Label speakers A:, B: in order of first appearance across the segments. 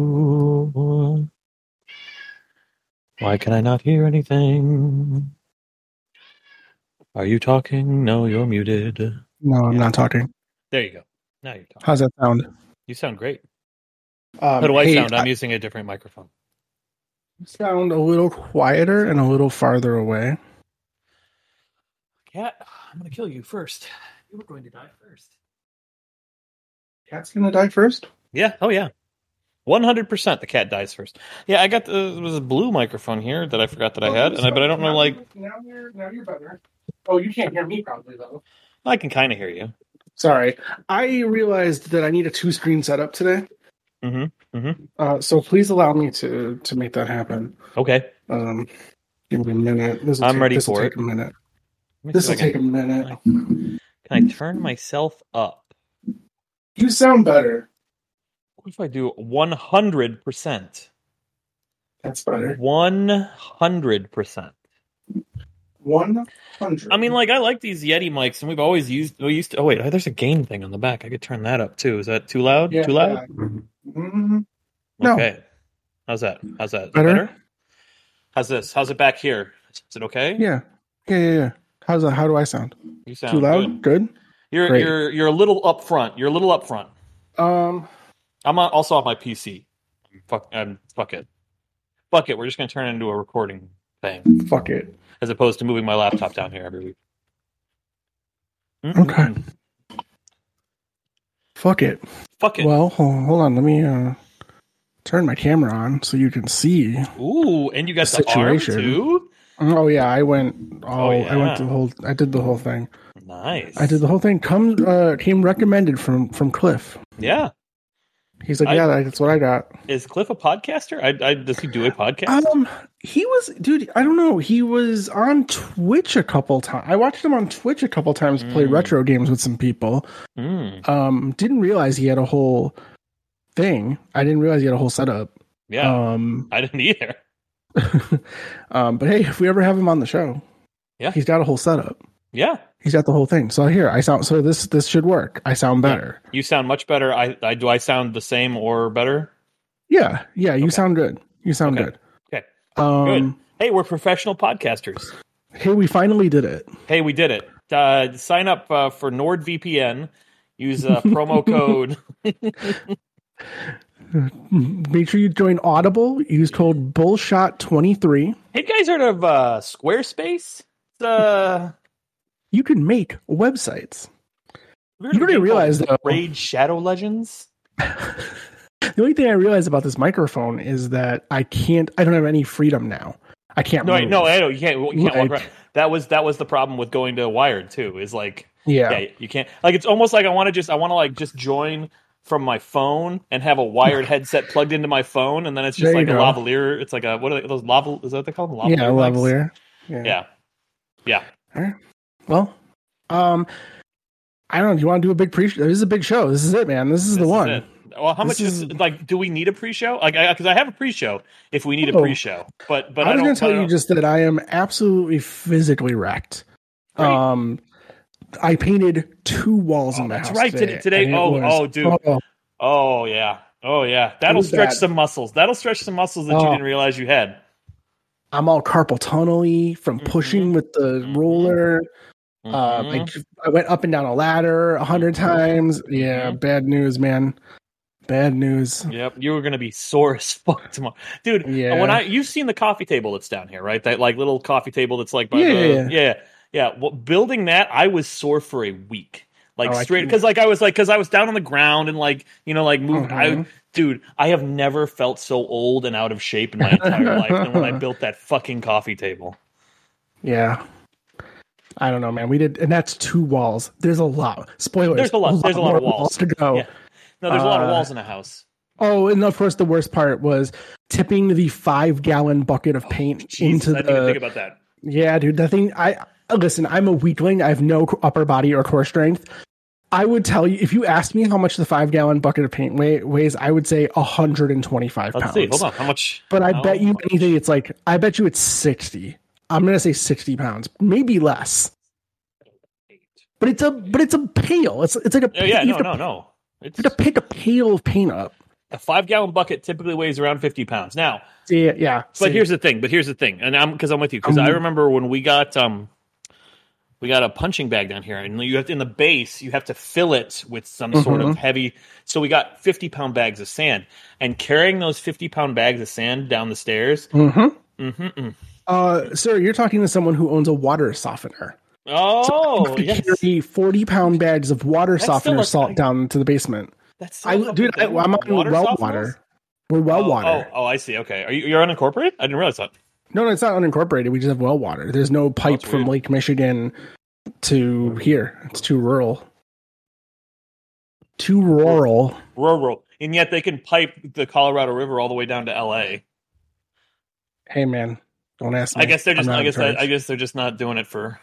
A: Do-do. Why can I not hear anything? Are you talking? No, you're muted.
B: No, I'm
A: Yeah.
B: not talking.
A: There you go. Now you're talking.
B: How's that sound?
A: You sound great.
B: Um,
A: How do I
B: hey,
A: sound? I'm using a different microphone.
B: sound a little quieter and a little farther away.
A: Cat, I'm going to kill you first. You were going to die first.
B: Cat's gonna die first.
A: Yeah. Oh, yeah. 100% the cat dies first. Yeah, I got the it was a blue microphone here that I forgot that I had, and I, but I don't know, like,
B: now you're now you're better. Oh, you can't hear me probably though.
A: I can kind of hear you.
B: Sorry, I realized that I need a two screen setup today.
A: Mhm, mhm.
B: Uh, so please allow me to to make that happen.
A: Okay.
B: Um, give me a minute. This'll
A: I'm
B: take,
A: ready
B: this'll
A: for
B: take
A: it.
B: A minute.
A: Let me
B: This
A: see
B: will
A: if I
B: take a
A: can,
B: minute.
A: can I turn myself up?
B: You sound better.
A: What if I do 100%?
B: That's better.
A: 100%.
B: One hundred.
A: I mean, like I like these Yeti mics, and we've always used. We used to. Oh wait, there's a gain thing on the back. I could turn that up too. Is that too loud?
B: Yeah.
A: Too loud?
B: Mhm. No.
A: Okay. How's that? How's that? Is it
B: Better.
A: How's this? How's it back here? Is it okay?
B: Yeah. Yeah. Yeah. yeah. How's that? How do I sound?
A: You sound
B: Too loud?
A: Good.
B: Good.
A: You're
B: Great.
A: you're you're a little up front. You're a little up front.
B: Um.
A: I'm on, also on my PC. Fuck. I'm fuck it. Fuck it. We're just gonna turn it into a recording thing
B: Fuck it.
A: as opposed to moving my laptop down here every week. Mm-mm.
B: Mm-hmm. Okay. Fuck it.
A: Fuck it.
B: Well, ho- hold on. Let me uh, turn my camera on so you can see.
A: Ooh, and you got the,
B: The
A: arm
B: situation.
A: too.
B: Oh yeah, I went. All,
A: Oh, yeah.
B: I went to the whole. I did the whole thing.
A: Nice.
B: I did the whole thing. Come uh, came recommended from from Cliff.
A: Yeah.
B: He's like,
A: I-
B: yeah, that's what I got.
A: Is Cliff a podcaster? I, I does he do a podcast?
B: Um, he was, dude. I don't know. He was on Twitch a couple times. I watched him on Twitch a couple times play
A: Mm.
B: retro games with some people.
A: Mm,
B: Um, didn't realize he had a whole thing. I didn't realize he had a whole setup.
A: yeah,
B: Um,
A: I didn't either.
B: um, but hey, if we ever have him on the show,
A: Yeah.
B: he's got a whole setup.
A: Yeah,
B: He's got the whole thing. So here, I sound. So this this should work. I sound better.
A: you sound much better. I, I do. I sound the same or better.
B: Yeah, yeah. you
A: Okay.
B: sound good. You sound
A: Okay.
B: good.
A: Okay.
B: Um,
A: Hey, we're professional podcasters.
B: Hey, we finally did it.
A: Hey, we did it. Uh, sign up uh, for NordVPN. Use uh, promo code.
B: Make sure you join Audible. Use code Bullshot23.
A: hey, you guys, heard of uh, Squarespace? It's, uh,
B: You can make websites.
A: you
B: You don't even realize though.
A: Raid Shadow Legends.
B: The only thing I realize about this microphone is that I can't. I don't have any freedom now. I can't.
A: No, I-
B: move.
A: no, I know you can't. You can't walk
B: Like-
A: around. That was that was the problem with going to Wired too. Is like
B: Yeah.
A: yeah. you can't like it's almost like i want to just i want to like just join from my phone and have a wired headset plugged into my phone and then it's just
B: There you
A: like a
B: go.
A: lavalier it's like a what are they, those laval is that what they call them
B: Yeah.
A: mics?
B: Lavalier.
A: yeah
B: Well, um, I don't know. Do you want to do a big pre? This is a big show. This is it, man. This is the
A: This is
B: one.
A: it. well how
B: This
A: much is,
B: is-
A: like do we need a pre-show like because I, have a pre-show if we need a
B: Oh.
A: pre-show but but i,
B: I was
A: don't
B: going to
A: I
B: tell you
A: don't-
B: just that I am absolutely physically wrecked.
A: Great.
B: Um, I painted two walls
A: Oh,
B: in my
A: that's
B: house.
A: right,
B: Today,
A: today- today-
B: and it
A: oh,
B: was-
A: oh, dude.
B: oh,
A: oh yeah oh yeah that'll
B: was
A: stretch
B: bad.
A: some muscles that'll stretch some muscles that you
B: Oh.
A: didn't realize you had
B: I'm all carpal tunnel-y from
A: Mm-hmm.
B: pushing with the
A: Mhm.
B: roller. Uh,
A: Mhm.
B: I, j- I went up and down a ladder a 100
A: Mhm.
B: times. Yeah,
A: Mhm.
B: bad news, man. Bad news.
A: Mm-hmm. Yep, you were gonna be sore as fuck tomorrow, dude.
B: Yeah.
A: When I you've seen the coffee table that's down here, right? That like little coffee table that's like by
B: Yeah,
A: the yeah
B: yeah,
A: yeah. Well, building that, I was sore for a week, like
B: Oh, I
A: straight
B: can-
A: because like I was like because I was down on the ground and like you know like moved. I
B: Mhm.
A: dude, I have never felt so old and out of shape in my entire life than when I built that fucking coffee table.
B: Yeah. I don't know, man. We did, and that's two walls. There's a lot. Spoilers.
A: There's a lot- there's a lot
B: more
A: of walls.
B: to go.
A: Yeah. No, there's a lot of
B: Uh,
A: walls in a house.
B: Oh, and of course, the worst part was tipping the five gallon bucket of paint
A: Jesus, Oh,
B: into
A: I didn't even think
B: the.
A: about that.
B: Yeah, dude, that thing. I listen. I'm a weakling. I have no upper body or core strength. I would tell you if you asked me how much the five gallon bucket of paint weigh, weighs. I would say 125
A: Let's
B: pounds.
A: see. Hold on. How much?
B: But I
A: how
B: bet you
A: much?
B: anything. It's like I bet you it's 60. I'm gonna say 60 pounds, maybe less. But it's a but it's a pail. It's it's like a
A: Oh, yeah.
B: you
A: No.
B: have to-
A: No. No. It's
B: you have to pick a pail of paint up.
A: a five gallon bucket typically weighs around 50 pounds. Now,
B: See, yeah.
A: but
B: see.
A: here's the thing. But here's the thing, and I'm because I'm with you because I
B: Um,
A: remember when we got um, we got a punching bag down here, and you have to, in the base you have to fill it with some sort
B: Mm-hmm.
A: of heavy. So we got 50 pound bags of sand, and carrying those 50 pound bags of sand down the stairs.
B: Mhm.
A: Mm-hmm, mm.
B: Uh, sir, you're talking to someone who owns a water softener.
A: Oh, yes.
B: carry 40 pound bags of water
A: That's still
B: softener
A: a
B: salt
A: thing.
B: down to the basement.
A: That's so
B: I,
A: fucking
B: dude, I,
A: big.
B: I'm on well
A: softeners?
B: water. We're well
A: Oh,
B: water.
A: Oh, oh, I see. Okay, are you you're unincorporated? I didn't realize that.
B: No, no, it's not unincorporated. We just have well water. There's no pipe
A: that's
B: from
A: Oh, weird.
B: Lake Michigan to here. It's too rural. Too rural.
A: Rural, and yet they can pipe the Colorado River all the way down to L.A.
B: Hey, man, don't ask me.
A: I guess they're
B: I'm
A: just.
B: not
A: I
B: in
A: guess. I,
B: charge.
A: I guess they're just not doing it for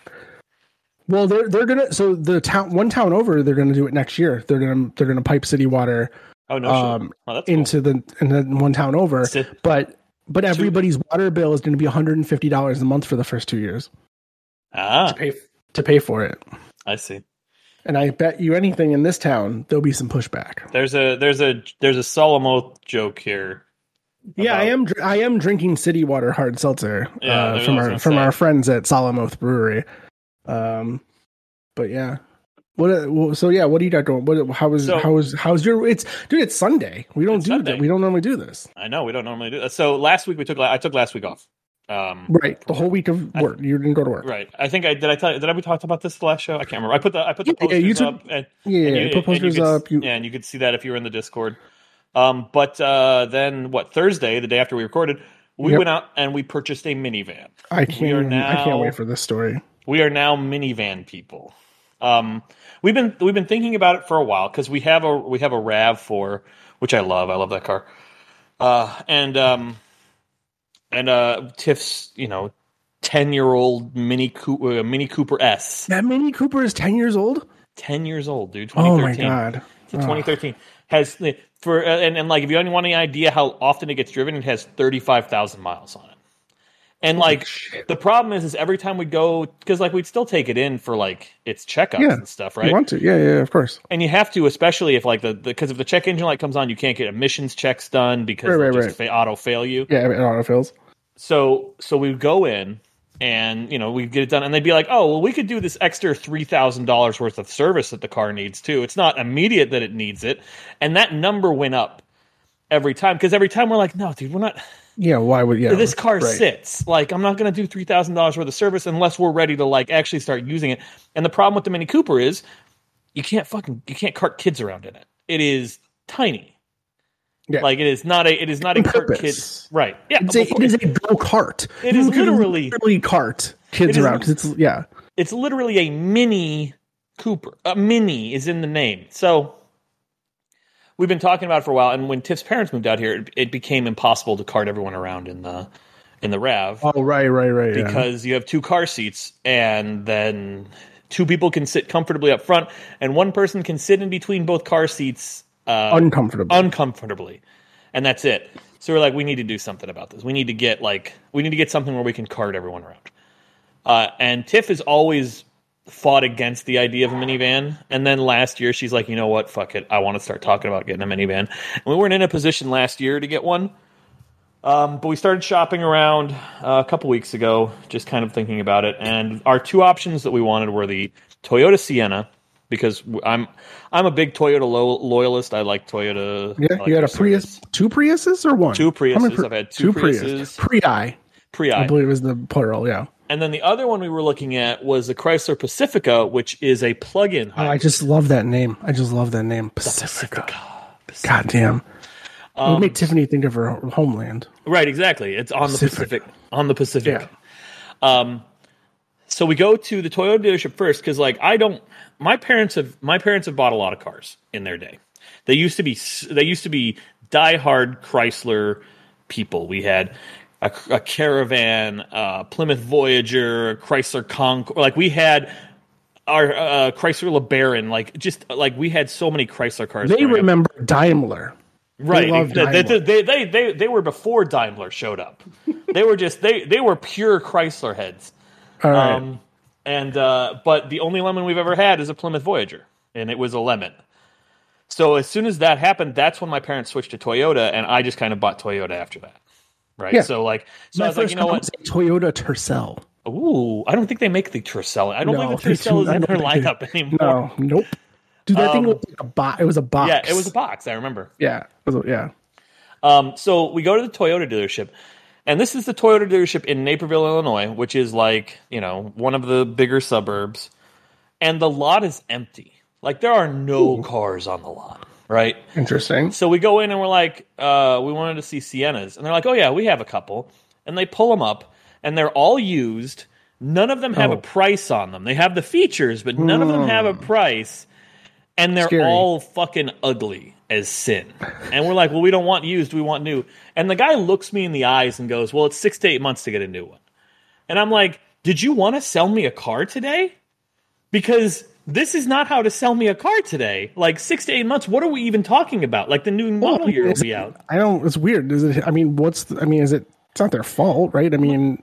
B: Well, they're they're gonna so the town one town over they're gonna do it next year. They're gonna they're gonna pipe city water
A: Oh no!
B: um,
A: shit. Oh, that's cool.
B: into the and then one town over.
A: Si-
B: But but everybody's water bill is gonna be 150 dollars a month for the first two years
A: ah,
B: pay to pay for it.
A: I see.
B: And I bet you anything in this town there'll be some pushback.
A: There's a there's a there's a solemn oath joke here.
B: Yeah, I
A: about-
B: am. dr- I am drinking city water hard seltzer
A: Yeah, I
B: uh,
A: was
B: from
A: gonna
B: our from
A: say.
B: our friends at Solemn Oath Brewery. Um, but yeah, what? uh, Well, so yeah, what do you got going? What? How is
A: So-
B: how is how's your? It's dude. It's Sunday. We don't
A: It's
B: do
A: Sunday.
B: that. We don't normally do this.
A: I know we don't normally do that. So last week we took la- I took last week off. Um,
B: Right. The whole week of
A: I-
B: work. you didn't go to work.
A: right. I think I did. I tell you did I we talked about this the last show? I can't remember. I put the I put the
B: Yeah,
A: posters
B: yeah, you took-
A: up and
B: Yeah. yeah,
A: and
B: you, put
A: and
B: posters
A: could, s-
B: up. You,
A: yeah, and you could see that if you were in the Discord. Um, but uh, then what? Thursday, the day after we recorded, we
B: Yep.
A: went out and we purchased a minivan.
B: I
A: we are
B: can't. I can't
A: now-
B: wait for this story.
A: We are now minivan people. Um, we've been we've been thinking about it for a while because we have a we have a Rav Four, which I love. I love that car. Uh, and um, and uh, Tiff's you know ten year old Mini Cooper uh, Mini Cooper S,
B: That Mini Cooper is ten years old.
A: ten years old, dude.
B: Oh my
A: 2013.
B: god.
A: to 2013 has for uh, and, and like if you only want any idea how often it gets driven it has 35,000 miles on it and like
B: shit.
A: the problem is is every time we go because like we'd still take it in for like its checkups
B: Yeah,
A: and stuff
B: You
A: right
B: want to? Yeah. Yeah. Of course.
A: and you have to especially if like the because if the check engine light comes on you can't get emissions checks done because
B: Right,
A: they
B: right,
A: just fa- auto fail you
B: Yeah. It autofills.
A: so so we would go in and you know we'd get it done and they'd be like oh well we could do this extra $3000 worth of service that the car needs too it's not immediate that it needs it and that number went up every time because every time we're like no dude we're not
B: Yeah. Why would? Yeah.
A: this car
B: right.
A: sits like i'm not going to do $3000 worth of service unless we're ready to like actually start using it and the problem with the mini cooper is you can't fucking you can't cart kids around in it it is tiny
B: Yeah.
A: like it is not a it is not a
B: On
A: cart
B: purpose.
A: kids right yeah
B: It's a,
A: before-
B: it is a go kart.
A: It is literally-
B: literally cart kids
A: It is-
B: around 'cause it's yeah.
A: it's literally a mini Cooper. A mini is in the name. So we've been talking about it for a while. And when Tiff's parents moved out here, it, it became impossible to cart everyone around in the in the Rav
B: Oh right, right, right. yeah.
A: because you have two car seats and then two people can sit comfortably up front and one person can sit in between both car seats uh,
B: uncomfortable.
A: uncomfortably and that's it so we're like we need to do something about this we need to get like we need to get something where we can cart everyone around uh, and tiff has always fought against the idea of a minivan and then last year she's like you know what fuck it i want to start talking about getting a minivan and we weren't in a position last year to get one um, but we started shopping around uh, a couple weeks ago just kind of thinking about it and our two options that we wanted were the toyota sienna because w- i'm i'm a big toyota lo- loyalist i like toyota I
B: yeah,
A: like
B: you had
A: their
B: a Prius,
A: service.
B: two Priuses or one?
A: Two
B: How many
A: Priuses.
B: Pri-
A: I've had two Priuses.
B: Prii, I
A: Prii.
B: believe is the plural. Yeah,
A: And then the other one we were looking at was the Chrysler Pacifica, which is a plug-in
B: Oh, I
A: hybrid.
B: just love that name. I just love that name, Pacifica. Goddamn, um, it made Tiffany think of her homeland.
A: right, exactly. It's on the
B: Pacifica.
A: Pacific. On the Pacific. Um,
B: Yeah.
A: So we go to the Toyota dealership first because, like, I don't. My parents have my parents have bought a lot of cars in their day. They used to be s- they used to be diehard Chrysler people. We had a, a Caravan, a Plymouth Voyager, a Chrysler Concord. Like we had our uh, Chrysler LeBaron. Like just like we had so many Chrysler cars.
B: They
A: growing up.
B: remember Daimler.
A: Right.
B: love
A: They, they,
B: Daimler.
A: they, they, they, they were before Daimler showed up. they were just they, they were pure Chrysler heads.
B: All right.
A: Um, and uh, but the only lemon we've ever had is a Plymouth Voyager, and it was a lemon. So as soon as that happened, that's when my parents switched to Toyota, and I just kind of bought Toyota after that. Right.
B: Yeah.
A: So like, so I
B: My
A: was like,
B: first
A: you know
B: car
A: what?
B: was a Toyota Tercel.
A: Ooh, I don't think they make the Tercel. I don't
B: No,
A: think the
B: they
A: Tercel is
B: do- I
A: in
B: don't
A: their
B: think they
A: lineup anymore.
B: No, Oh, nope. Dude, that thing
A: Oh. Um,
B: was like a box. It was a box.
A: Yeah, it was a box. I remember.
B: yeah, it was a- yeah.
A: Um, so we go to the Toyota dealership, and this is the Toyota dealership in Naperville, Illinois, which is like you know one of the bigger suburbs, and the lot is empty. Like there are no cars on the lot, right?
B: Interesting.
A: So we go in and we're like, uh, we wanted to see Siennas, and they're like, oh yeah, we have a couple, and they pull them up, and they're all used. None of them have a
B: Oh. Hmm.
A: price on them. They have the features, but none of them have a price, and they're
B: Scary.
A: all fucking ugly as sin. And we're like, well, we don't want used, we want new. And the guy looks me in the eyes and goes, well, it's six to eight months to get a new one. And I'm like, did you want to sell me a car today? Because this is not how to sell me a car today. Like six to eight months, what are we even talking about? Like the new model year will
B: Is
A: be
B: it-
A: out.
B: I don't. It's weird. Is it? I mean, what's? The, I mean, is it? It's not their fault, right? I mean,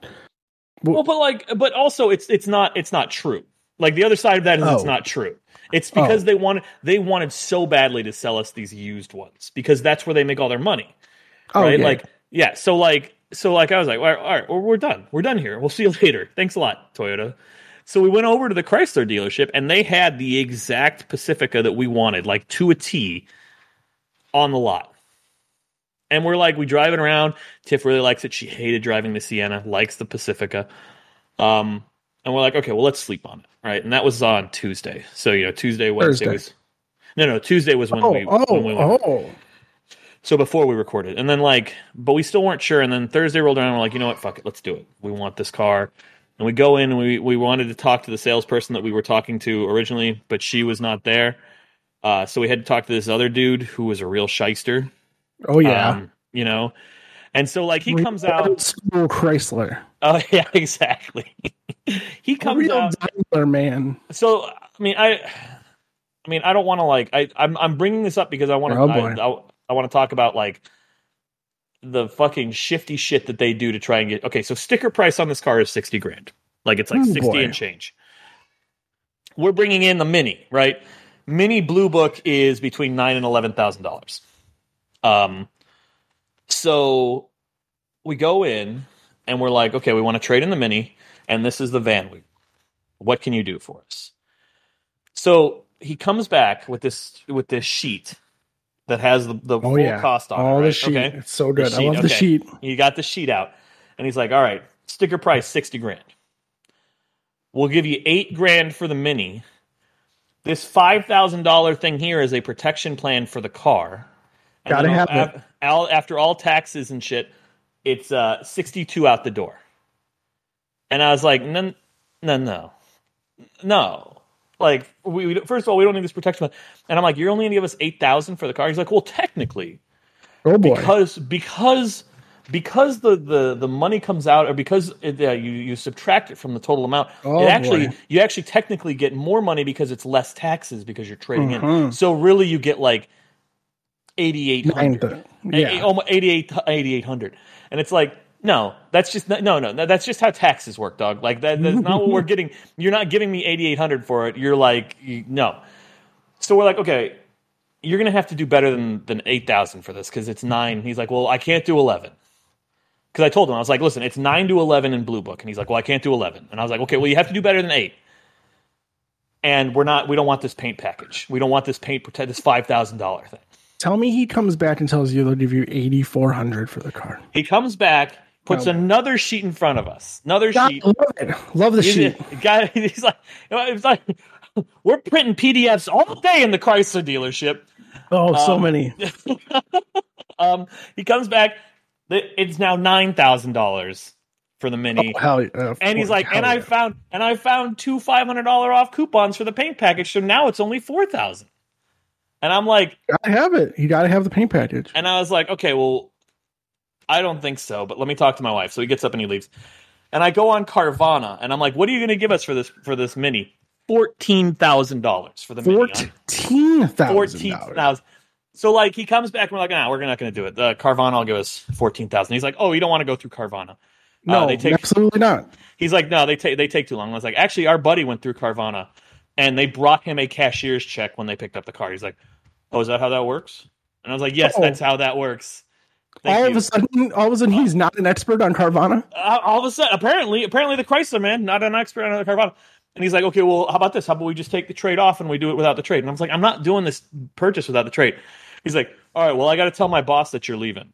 A: Well, but like, but also it's it's not it's not true. Like the other side of that is it's
B: Oh.
A: not true. It's because they wanted they wanted so badly to sell us these used ones because that's where they make all their money.
B: oh,
A: right?
B: yeah.
A: Like, yeah. So like, so like, I was like, all right, all right, well, we're done. We're done here. We'll see you later. Thanks a lot, Toyota. So we went over to the Chrysler dealership, and they had the exact Pacifica that we wanted, like to a T, on the lot. And we're like, we drive it around. Tiff really likes it. She hated driving the Sienna, likes the Pacifica. Um, and we're like, okay, well, let's sleep on it, right? And that was on Tuesday. So you know, Tuesday, Wednesday
B: Thursday.
A: was. No, no, Tuesday was when
B: oh,
A: we
B: oh,
A: when we went
B: oh.
A: so before we recorded, and then like, but we still weren't sure. And then Thursday rolled around, and we're like, you know what? Fuck it, let's do it. We want this car, and we go in, and we we wanted to talk to the salesperson that we were talking to originally, but she was not there. Uh, so we had to talk to this other dude who was a real shyster.
B: Oh, yeah.
A: um, you know. And so like he
B: Real
A: comes out.
B: old school Chrysler.
A: Oh yeah, exactly. he comes
B: Real
A: out.
B: Daimler man.
A: So I mean, I, I mean, I don't want to like. I I'm I'm bringing this up because I want to.
B: Oh,
A: I,
B: boy.
A: I, want to talk about like the fucking shifty shit that they do to try and get. Okay, so sticker price on this car is sixty grand. Like it's like
B: Oh,
A: sixty
B: boy.
A: and change. We're bringing in the mini, right? Mini Blue Book is between nine and eleven thousand dollars. Um, so we go in and we're like, okay, we want to trade in the mini, and this is the van we what can you do for us so he comes back with this with this sheet that has the, the
B: Oh
A: full
B: yeah.
A: cost on it,
B: oh, the
A: right?
B: sheet.
A: okay
B: It's so good.
A: The
B: I
A: sheet,
B: love the
A: okay.
B: sheet.
A: he got the sheet out and he's like all right sticker price 60 grand we'll give you 8 grand for the mini this $5000 thing here is a protection plan for the car And
B: Gotta
A: then
B: have
A: af-
B: it.
A: al- after all taxes and shit it's uh, 62 out the door and i was like no no no no like we, we first of all we don't need this protection plan and i'm like you're only going to give us 8000 for the car he's like well technically
B: Oh boy.
A: because because because the, the, the money comes out or because it, uh, you, you subtract it from the total amount
B: Oh,
A: it actually
B: boy.
A: you actually technically get more money because it's less taxes because you're trading in so really you get like 8800
B: Mm-hmm. Nine thou-
A: Eh, eh,
B: yeah.
A: almo- 88 8800 and it's like no that's just not, no no no, that's just how taxes work dog like that, that's not what we're getting you're not giving me 8800 for it you're like you- no so we're like okay you're gonna have to do better than than eight thousand for this because it's nine. He's like, well, I can't do eleven. Because I told him I was like, listen, it's nine to eleven in Blue Book, and he's like, well, I can't do eleven. And I was like, okay, well, you have to do better than eight. And we're not, we don't want this paint package. We don't want this paint protect this five thousand dollar thing.
B: Tell me he comes back and tells you they'll give you eighty four hundred for the car.
A: He comes back, puts
B: No.
A: another sheet in front of us, another
B: God,
A: sheet.
B: love it. Love the
A: He's,
B: sheet.
A: guy, he's like, it's like, we're printing PDFs all day in the Chrysler dealership.
B: Oh, so many.
A: Um, he comes back. th- It's now nine thousand dollars for the mini,
B: Hell yeah. of
A: and he's
B: course.
A: like,
B: Hell
A: and I
B: yeah.
A: found and I found two five hundred dollar off coupons for the paint package, so now it's only four thousand. And I'm like,
B: gotta have it. You gotta have the paint package.
A: and I was like, okay, well, I don't think so, but let me talk to my wife. So he gets up and he leaves, and I go on Carvana, and I'm like, what are you going to give us for this for this mini? Fourteen thousand dollars for the mini. I'm
B: Fourteen thousand
A: fourteen
B: dollars.
A: thousand. So like he comes back and we're like, nah, we're not going to do it. Uh, Carvana will give us fourteen thousand. He's like, oh, you don't want to go through Carvana. Uh,
B: No,
A: they take-
B: absolutely not.
A: He's like, no, they take they take too long. I was like, actually, our buddy went through Carvana, and they brought him a cashier's check when they picked up the car. He's like, oh, is that how that works? And I was like, yes,
B: Oh.
A: that's how that works. Thank
B: all
A: you.
B: of a sudden, all of a sudden, he's not an expert on Carvana.
A: uh, all of a sudden, apparently, apparently the Chrysler man, not an expert on the Carvana. And he's like, okay, well, how about this? How about we just take the trade off and we do it without the trade? And I was like, I'm not doing this purchase without the trade. He's like, all right, well, I got to tell my boss that you're leaving.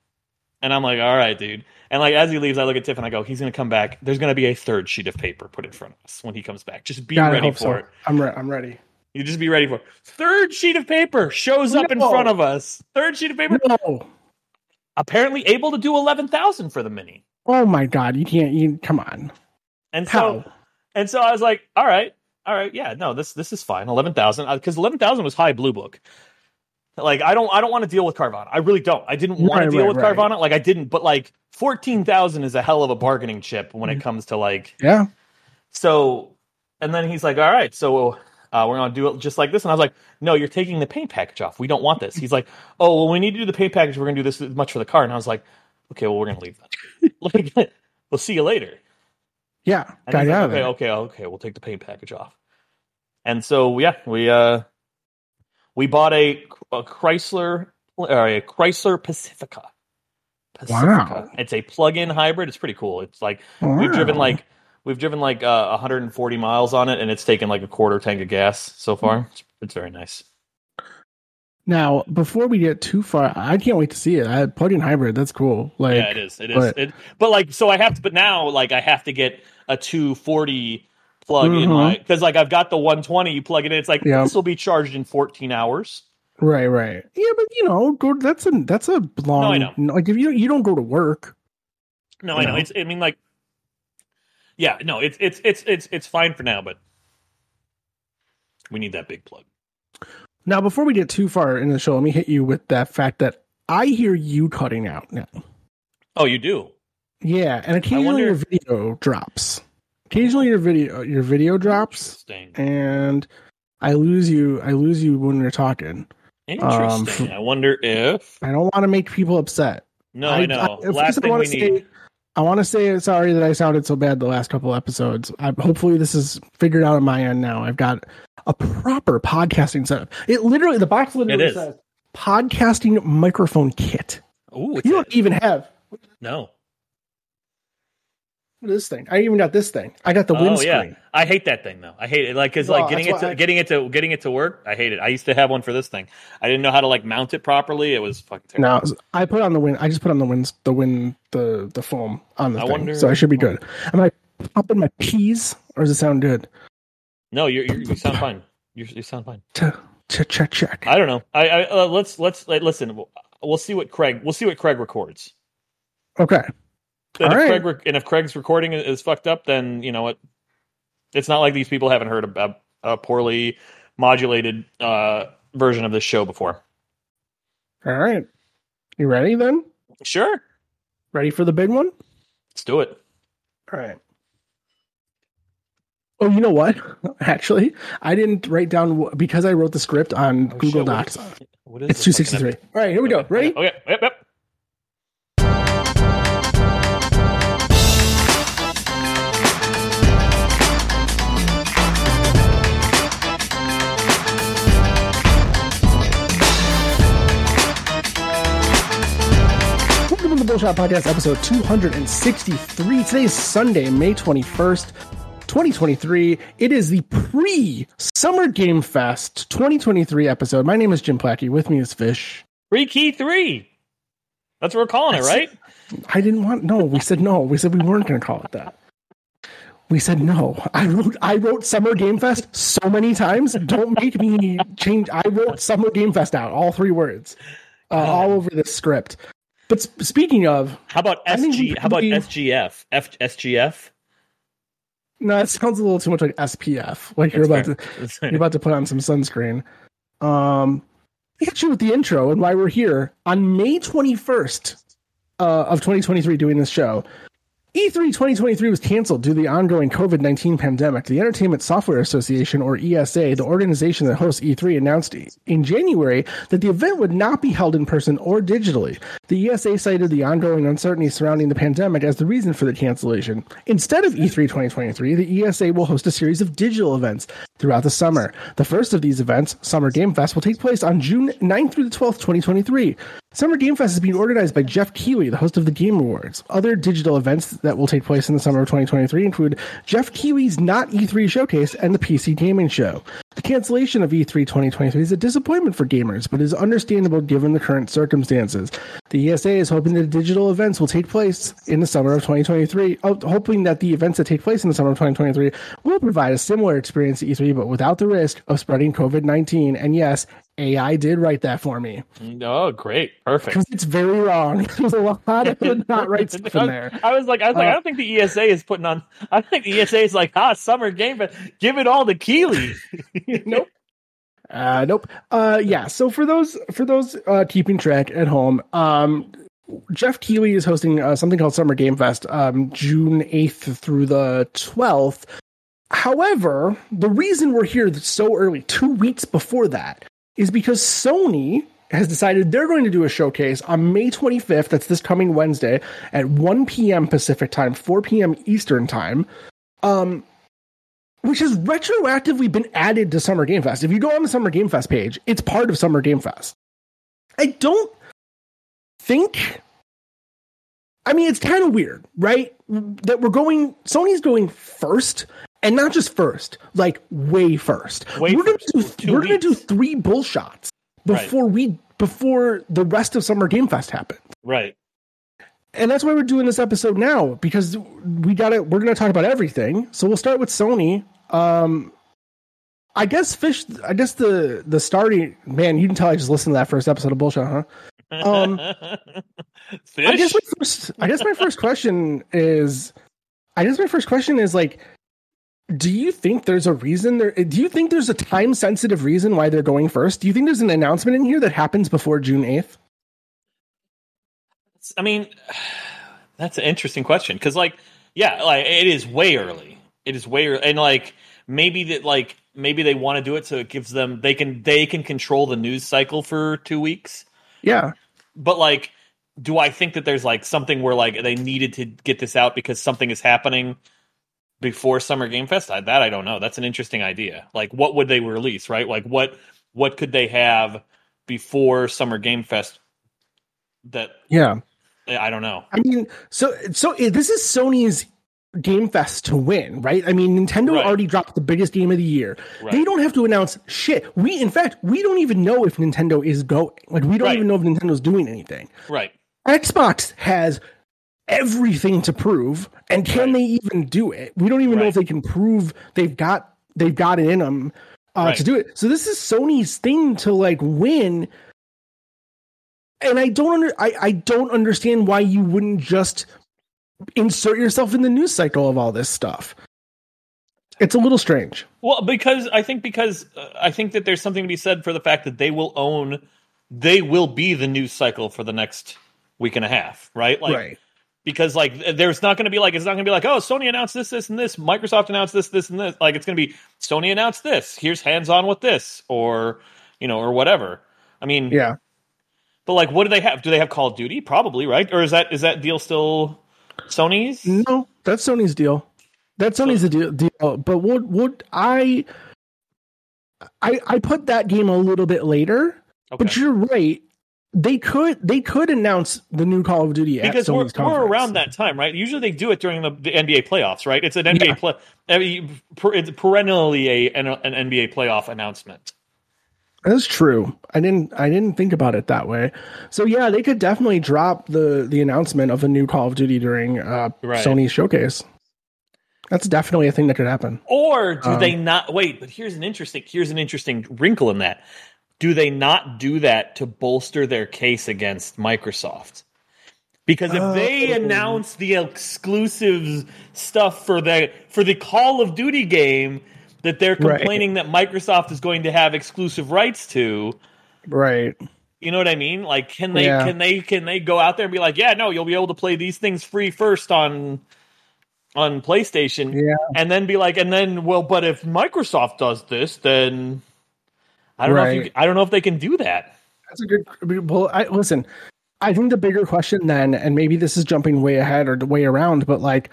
A: And I'm like, all right, dude. And like as he leaves, I look at Tiff and I go, he's gonna come back. There's gonna be a third sheet of paper put in front of us when he comes back. Just be
B: God, I
A: ready
B: hope
A: for
B: so.
A: it.
B: I'm re- I'm ready.
A: You just be ready for it. Third sheet of paper shows up in
B: No.
A: front of us. Third sheet of paper.
B: No.
A: Apparently able to do eleven thousand for the mini.
B: Oh my God! You can't. You come on.
A: And so
B: How?
A: And so I was like, all right, all right, yeah, no, this this is fine. Eleven thousand because eleven thousand was high blue book. Like I don't I don't want to deal with Carvana. I really don't. I didn't want
B: Right,
A: to deal
B: right,
A: with
B: right.
A: Carvana. Like I didn't, but like fourteen thousand is a hell of a bargaining chip when
B: Mm-hmm.
A: it comes to like
B: yeah.
A: so. And then he's like, all right, so. Uh, we're gonna do it just like this, and I was like, "No, you're taking the paint package off. We don't want this." He's like, "Oh, well, we need to do the paint package. We're gonna do this much for the car." And I was like, "Okay, well, we're gonna leave that. like, we'll see you later."
B: Yeah.
A: And
B: Got
A: he's
B: it
A: like,
B: out of
A: okay,
B: there.
A: okay, okay, we'll take the paint package off. And so yeah, we uh we bought a, a Chrysler or a Chrysler Pacifica.
B: Wow.
A: It's a plug-in hybrid. It's pretty cool. It's like Oh, we've
B: Wow.
A: driven like we've driven like uh, 140 miles on it and it's taken like a quarter tank of gas so far. It's, it's very nice.
B: Now, before we get too far, I can't wait to see it. I plug-in hybrid. That's cool. Like,
A: yeah, it is. It is.
B: but-
A: it, but like, so I have to. But now, like, I have to get a 240 plug in
B: Mhm.
A: my because like I've got the 120. You plug it in. It's like
B: Yeah.
A: this will be charged in 14 hours.
B: right, right. Yeah, but you know, go. That's a that's a long.
A: No, I know.
B: Like, if you you don't go to work,
A: No, I know.
B: No.
A: It's. I mean, like, yeah, no, it's it's it's it's it's fine for now, but we need that big plug.
B: Now, before we get too far in the show, let me hit you with that fact that I hear you cutting out now.
A: Oh, you do.
B: Yeah, and occasionally
A: wonder-
B: your video drops. Occasionally your video your video drops,
A: Interesting.
B: and I lose you. I lose you when you're talking. um,
A: Interesting. I wonder if.
B: I don't want to make people upset.
A: No, I, know.
B: I-
A: Last
B: I
A: thing
B: wanna
A: we need.
B: say- I want to say sorry that I sounded so bad the last couple episodes. I, hopefully, this is figured out on my end now. I've got a proper podcasting setup. It literally the box literally
A: It is.
B: says podcasting microphone kit.
A: Ooh, it's
B: You
A: a,
B: don't even have
A: no.
B: Look at this thing. I even got this thing. I got the
A: Oh,
B: windscreen.
A: yeah. I hate that thing though. I hate it. Like, cause
B: Well,
A: like getting it
B: that's
A: to
B: why I-
A: getting it to getting it to work. I hate it. I used to have one for this thing. I didn't know how to like mount it properly. It was fucking terrible.
B: Now I put on the wind. I just put on the wind. The wind. The the foam on the
A: I
B: thing.
A: wonder-
B: so I should be good. Am I popping my peas, or does it sound good?
A: No, you you you sound fine. You you sound fine.
B: Check check check.
A: I don't know. I, I uh, let's let's like, listen. We'll, we'll see what Craig. We'll see what Craig records.
B: Okay.
A: And
B: All
A: if
B: right.
A: Craig rec- and if Craig's recording is, is fucked up, then you know what? It's not like these people haven't heard about a poorly modulated uh, version of this show before.
B: All right. You ready then?
A: Sure,
B: Ready for the big one?
A: let's do it.
B: All right. Oh, you know what? Actually, I didn't write down wh- because I wrote the script on
A: Oh,
B: Google
A: shit, what
B: Docs.
A: is- what is
B: It's two
A: this fucking
B: sixty three. All right, here we go. Ready?
A: Okay. okay, Yep. Yep.
B: Welcome to the Bullshot Podcast, episode 263. Today is Sunday, May 21st, 2023. It is the pre Summer Game Fest 2023 episode. My name is Jim Plackey. With me is Fish.
A: Three key three. That's what we're calling it, right?
B: I didn't want, no, we said no. We said we weren't going to call it that. We said no. I wrote I wrote Summer Game Fest so many times. Don't make me change. I wrote Summer Game Fest out, all three words, uh, all over this script. But sp- speaking of,
A: How about
B: I think
A: SG?
B: we
A: How about
B: probably-
A: SGF? F SGF.
B: No, that sounds a little too much like SPF. Like you're about
A: That's
B: to
A: fair. That's
B: you're
A: fair.
B: about to put on some sunscreen. Um, we hit you with the intro and why we're here on May 21st uh, of 2023 doing this show. E3 2023 was canceled due to the ongoing COVID 19 pandemic. The Entertainment Software Association, or ESA, the organization that hosts E3, announced in January that the event would not be held in person or digitally. The ESA cited the ongoing uncertainty surrounding the pandemic as the reason for the cancellation. Instead of E E3 2023, the ESA will host a series of digital events throughout the summer. The first of these events, Summer Game Fest, will take place on June 9th through the 12th, 2023. Summer Game Fest is being organized by Jeff Keighley, the host of the Game Awards. Other digital events that will take place in the summer of 2023 include Jeff Keighley's Not E3 Showcase and the PC Gaming Show. The cancellation of E E3 2023 is a disappointment for gamers, but is understandable given the current circumstances. The ESA is hoping that digital events will take place in the summer of 2023, oh, hoping that the events that take place in the summer of 2023 will provide a similar experience to E3, but without the risk of spreading COVID 19. And yes, AI did write that for me
A: Oh, great, perfect.
B: because it's very wrong. There's a lot of not right stuff in there.
A: I was like, I was like,
B: Uh,
A: I don't think the ESA is putting on. I don't think the ESA is like, ah, summer game, but give it all to Keeley.
B: nope. Uh, nope. Uh, yeah. So for those for those uh, keeping track at home, um, Jeff Keeley is hosting uh, something called Summer Game Fest, um, June eighth through the twelfth. However, the reason we're here so early, two weeks before that, is because Sony has decided they're going to do a showcase on May 25th. That's this coming Wednesday at 1 p.m. Pacific time, 4 p.m. Eastern time. Um, which has retroactively been added to Summer Game Fest. If you go on the Summer Game Fest page, it's part of Summer Game Fest. I don't think. I mean, it's kind of weird, right? That we're going, Sony's going first, and not just first, like way first.
A: Way
B: we're going
A: first.
B: to
A: We're two
B: do we're going to do
A: weeks.
B: three bull shots
A: Right.
B: before we before the rest of Summer Game Fest happens
A: right.
B: and that's why we're doing this episode now because we got to we're going to talk about everything so we'll start with sony um i guess fish i guess the the starting man you can tell i just listened to that first episode of bullshit huh Um,
A: Fish.
B: i guess my first i guess my first question is i guess my first question is like do you think there's a reason there do you think there's a time sensitive reason why they're going first do you think there's an announcement in here that happens before june 8th
A: I mean, that's an interesting question because, like, yeah, like it is way early. It is way early, and like maybe that, like maybe they want to do it so it gives them they can they can control the news cycle for two weeks.
B: yeah
A: But like, do I think that there's like something where like they needed to get this out because something is happening before Summer Game Fest? I, that I don't know. That's an interesting idea. Like, what would they release? Right? Like, what what could they have before Summer Game Fest? That
B: yeah
A: I don't know.
B: I mean, so so i- this is Sony's Game Fest to win, right? I mean, Nintendo
A: Right.
B: already dropped the biggest game of the year.
A: Right.
B: They don't have to announce shit. We, in fact, we don't even know if Nintendo is going. Like, we don't
A: Right.
B: even know if Nintendo's doing anything.
A: Right.
B: Xbox has everything to prove, and
A: Right.
B: can they even do it? We don't even know
A: Right.
B: if they can prove they've got they've got it in them uh,
A: Right.
B: to do it. So this is Sony's thing to like win, and I don't under I, I don't understand why you wouldn't just insert yourself in the news cycle of all this stuff. It's a little strange.
A: Well, because I think because uh, I think that there's something to be said for the fact that they will own, they will be the news cycle for the next week and a half, right? Like
B: right.
A: because like th- there's not going to be like it's not going to be like oh Sony announced this this and this Microsoft announced this this and this like it's going to be Sony announced this here's hands on with this or you know or whatever. I mean,
B: Yeah.
A: but like what do they have? Do they have Call of Duty? Probably, right? Or is that is that deal still Sony's?
B: No, that's Sony's deal. That's Sony's deal, deal. But would would I? I I put that game a little bit later,
A: Okay.
B: but you're right. They could they could announce the new Call of Duty at
A: because we're,
B: Sony's
A: we're
B: conference.
A: around that time, right? Usually they do it during the, the NBA playoffs, right? It's an NBA play. I mean, per, it's perennially a an, an NBA playoff announcement.
B: That's true. I didn't I didn't think about it that way. So yeah, they could definitely drop the the announcement of the new Call of Duty during uh,
A: Right.
B: Sony's showcase. That's definitely a thing that could happen.
A: Or do
B: Um,
A: they not wait? But here's an interesting here's an interesting wrinkle in that. Do they not do that to bolster their case against Microsoft? Because if they
B: Oh.
A: announce the exclusive stuff for the for the Call of Duty game that they're
B: Right.
A: complaining that Microsoft is going to have exclusive rights to,
B: Right.
A: You know what I mean? Like, can they
B: Yeah.
A: can they can they go out there and be like, yeah, no, you'll be able to play these things free first on on PlayStation,
B: Yeah.
A: and then be like, and then well, but if Microsoft does this, then I don't know. If you,
B: Right.
A: I don't know if they can do that.
B: That's a good. I mean, Well, I, listen, I think the bigger question then, and maybe this is jumping way ahead or way around, but like,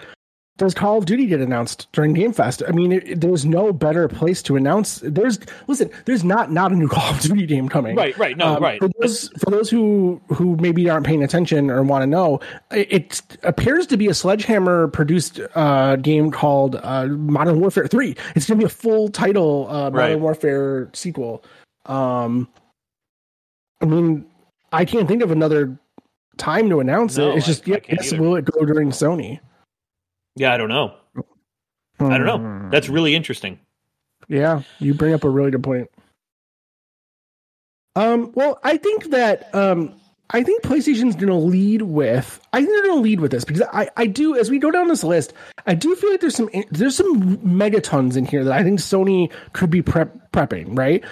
B: does Call of Duty get announced during Game Fest? I mean, it, there's no better place to announce. There's listen, there's not not a new Call of Duty game coming.
A: Right, right, no,
B: Um,
A: right.
B: For those, for those who who maybe aren't paying attention or want to know, it, it appears to be a Sledgehammer produced uh, game called uh, Modern Warfare Three. It's going to be a full title uh, Modern
A: Right.
B: Warfare sequel. Um, I mean, I can't think of another time to announce
A: No,
B: it. It's just,
A: I- I
B: yeah,
A: can't
B: yes,
A: either.
B: will it go during Sony?
A: Yeah, I don't know. I don't know.
B: Hmm.
A: That's really interesting.
B: Yeah, you bring up a really good point. Um, well, I think that um, I think PlayStation's going to lead with. I think they're going to lead with this because I, I do as we go down this list, I do feel like there's some there's some megatons in here that I think Sony could be prep, prepping. Right?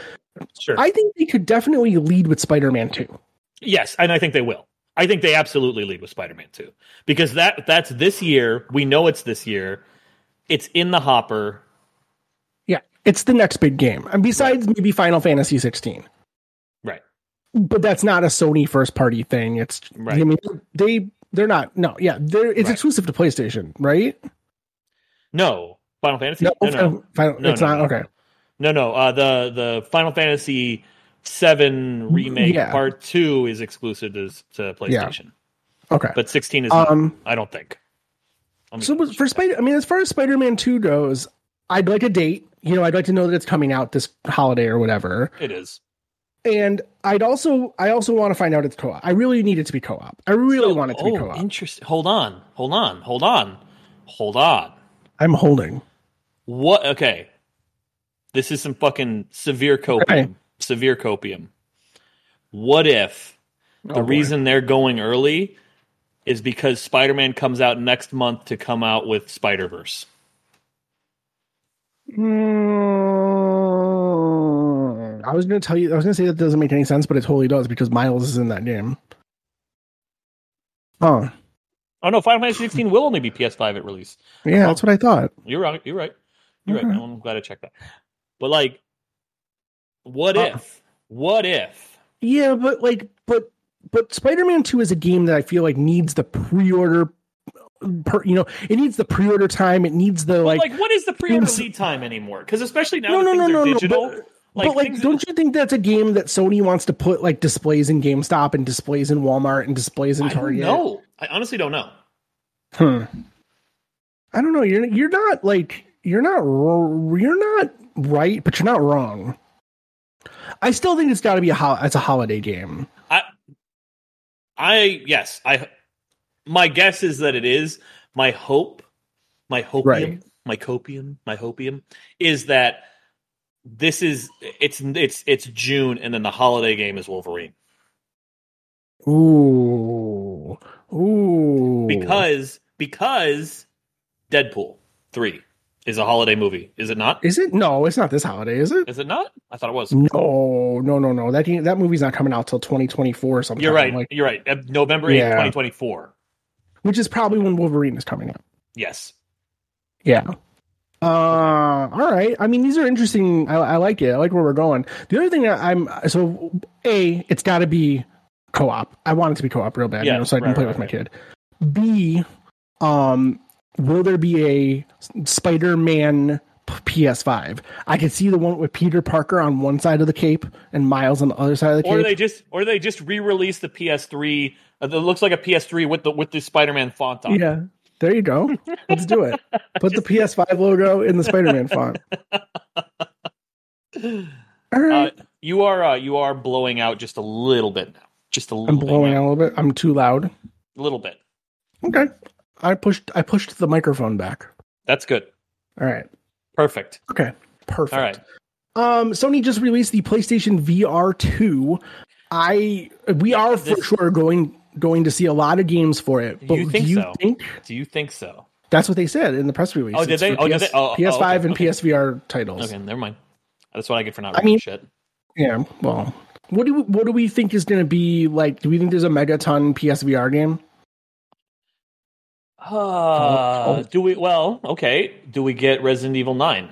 A: Sure.
B: I think they could definitely lead with Spider-Man Two.
A: Yes, and I think they will. I think they absolutely lead with Spider-Man 2 because that that's this year. We know it's this year. It's in the hopper.
B: Yeah, it's the next big game, and besides maybe Final Fantasy 16.
A: Right.
B: but that's not a Sony first party thing. It's
A: Right.
B: I mean they they're not no yeah they're it's
A: Right.
B: exclusive to PlayStation right
A: No, Final Fantasy. No, no, no,
B: Final- Final-
A: No,
B: it's
A: no,
B: not
A: no.
B: okay
A: no. Uh, the the Final Fantasy Seven remake
B: Mm, Yeah.
A: part two is exclusive to, to PlayStation,
B: okay
A: but Mm. 16 is. not,
B: um
A: I don't think. Let me
B: so
A: double
B: with- for Spider I mean as far as Spider Man Two goes I'd like a date you know I'd like to know that it's coming out this holiday or whatever
A: check. it is.
B: and I'd also I also want to find out it's co op I really need it to be co op I really
A: So-
B: want it to
A: oh,
B: be co op
A: Interesting. Hold on. Hold on. Hold on. Hold on.
B: I'm holding
A: What? Okay. This is some fucking severe copium.
B: Okay.
A: Severe copium. What if the
B: Oh, boy.
A: reason they're going early is because Spider Man comes out next month to come out with Spider Verse?
B: Hmm. Mm, I was going to tell you, I was going to say that doesn't make any sense, but it totally does because Miles is in that game. Oh,
A: Oh no, Final Fantasy 16 will only be PS5 at release.
B: yeah, that's what I thought.
A: You're right. You're right. You're right.
B: Okay.
A: I'm glad I checked that. But like, what
B: Uh.
A: if? What if?
B: Yeah, but like, but, but Spider Man 2 is a game that I feel like needs the pre order, per you know, it needs the pre order time. It needs the
A: Like,
B: like,
A: what is the pre-order
B: Yes.
A: lead time anymore? Because especially now
B: no,
A: that
B: no,
A: things
B: no,
A: are
B: no, no.
A: digital,
B: but-
A: like,
B: but like,
A: things-
B: don't you think that's a game that Sony wants to put like displays in GameStop and displays in Walmart and displays in
A: I don't
B: Target?
A: know. I honestly don't know.
B: Hmm. I don't know. You're you're not like you're not r- you're not right, but you're not wrong. I still think it's got to be a hol- it's a holiday game.
A: I yes, I my guess is that it is. My hope, my hopium,
B: Right.
A: my copium, my hopium is that this is it's it's it's June and then the holiday game is Wolverine
B: Ooh, ooh.
A: because because Deadpool 3 is a holiday movie, is it not?
B: is it? No, it's not this holiday, is it?
A: Is it not? I thought it was.
B: No, no, no, no. That game, that movie's not coming out till 2024 or something.
A: You're right.
B: Like,
A: You're right. Uh, November 8th,
B: Yeah.
A: 2024.
B: which is probably when Wolverine is coming out.
A: Yes.
B: Yeah. Uh, all right. I mean, these are interesting. I, I like it. I like where we're going. The other thing that I'm so a, it's got to be co-op. I want it to be co-op real bad, you
A: Yeah,
B: know, so I can
A: right,
B: play
A: right,
B: with my
A: right.
B: kid. B, um, will there be a Spider-Man p- PS5? I could see the one with Peter Parker on one side of the cape and Miles on the other side of the
A: Or
B: cape.
A: they just or they just re-release the PS3 uh, that looks like a PS3 with the with the Spider-Man font on. it.
B: yeah. There you go. Let's do it. Put the PS5 logo in the Spider-Man font. All right.
A: Uh, you are uh, you are blowing out just a little bit now. Just a little
B: I'm
A: bit
B: blowing
A: now.
B: out a little bit. I'm too loud.
A: a little bit.
B: Okay. I pushed I pushed the microphone back.
A: That's good.
B: All right.
A: Perfect.
B: Okay. Perfect.
A: All right.
B: Um Sony just released the PlayStation VR 2. I we are for
A: this-
B: sure going going to see a lot of games for it. But
A: You think
B: do you
A: so?
B: think
A: Do you think so?
B: that's what they said in the press release?
A: Oh, did
B: It's
A: they?
B: for
A: Oh, did they? Oh, oh,
B: PS5
A: okay,
B: and
A: okay.
B: PSVR titles.
A: Okay, never mind. That's what I get for not
B: I
A: reading
B: mean-
A: shit.
B: Yeah. Well, what do we, what do we think is going to be like? Do we think there's a megaton PSVR game?
A: Uh,
B: Oh.
A: do we? Well, okay. Do we get Resident Evil Nine?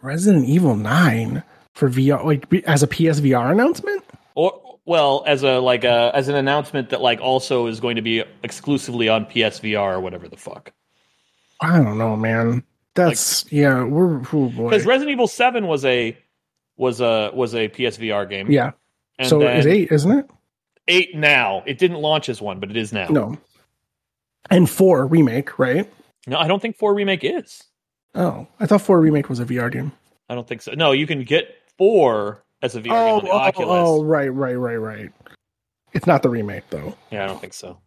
B: Resident Evil Nine for VR, like be- as a PSVR announcement.
A: Or well, as a like a as an announcement that like also is going to be exclusively on PSVR or whatever the fuck.
B: I don't know, man. That's yeah, we're oh boy.
A: Because Resident Evil Seven was a was a was a PSVR game.
B: yeah,
A: And
B: so
A: then
B: it's eight, isn't it?
A: eight now. It didn't launch as one, but it is now.
B: No, and four remake, right?
A: No, I don't think four remake is.
B: Oh, I thought four remake was a VR game.
A: I don't think so. No, you can get four as a VR game
B: Oh,
A: on the
B: oh,
A: Oculus.
B: oh, right, right, right, right. It's not the remake though.
A: Yeah, I don't think so.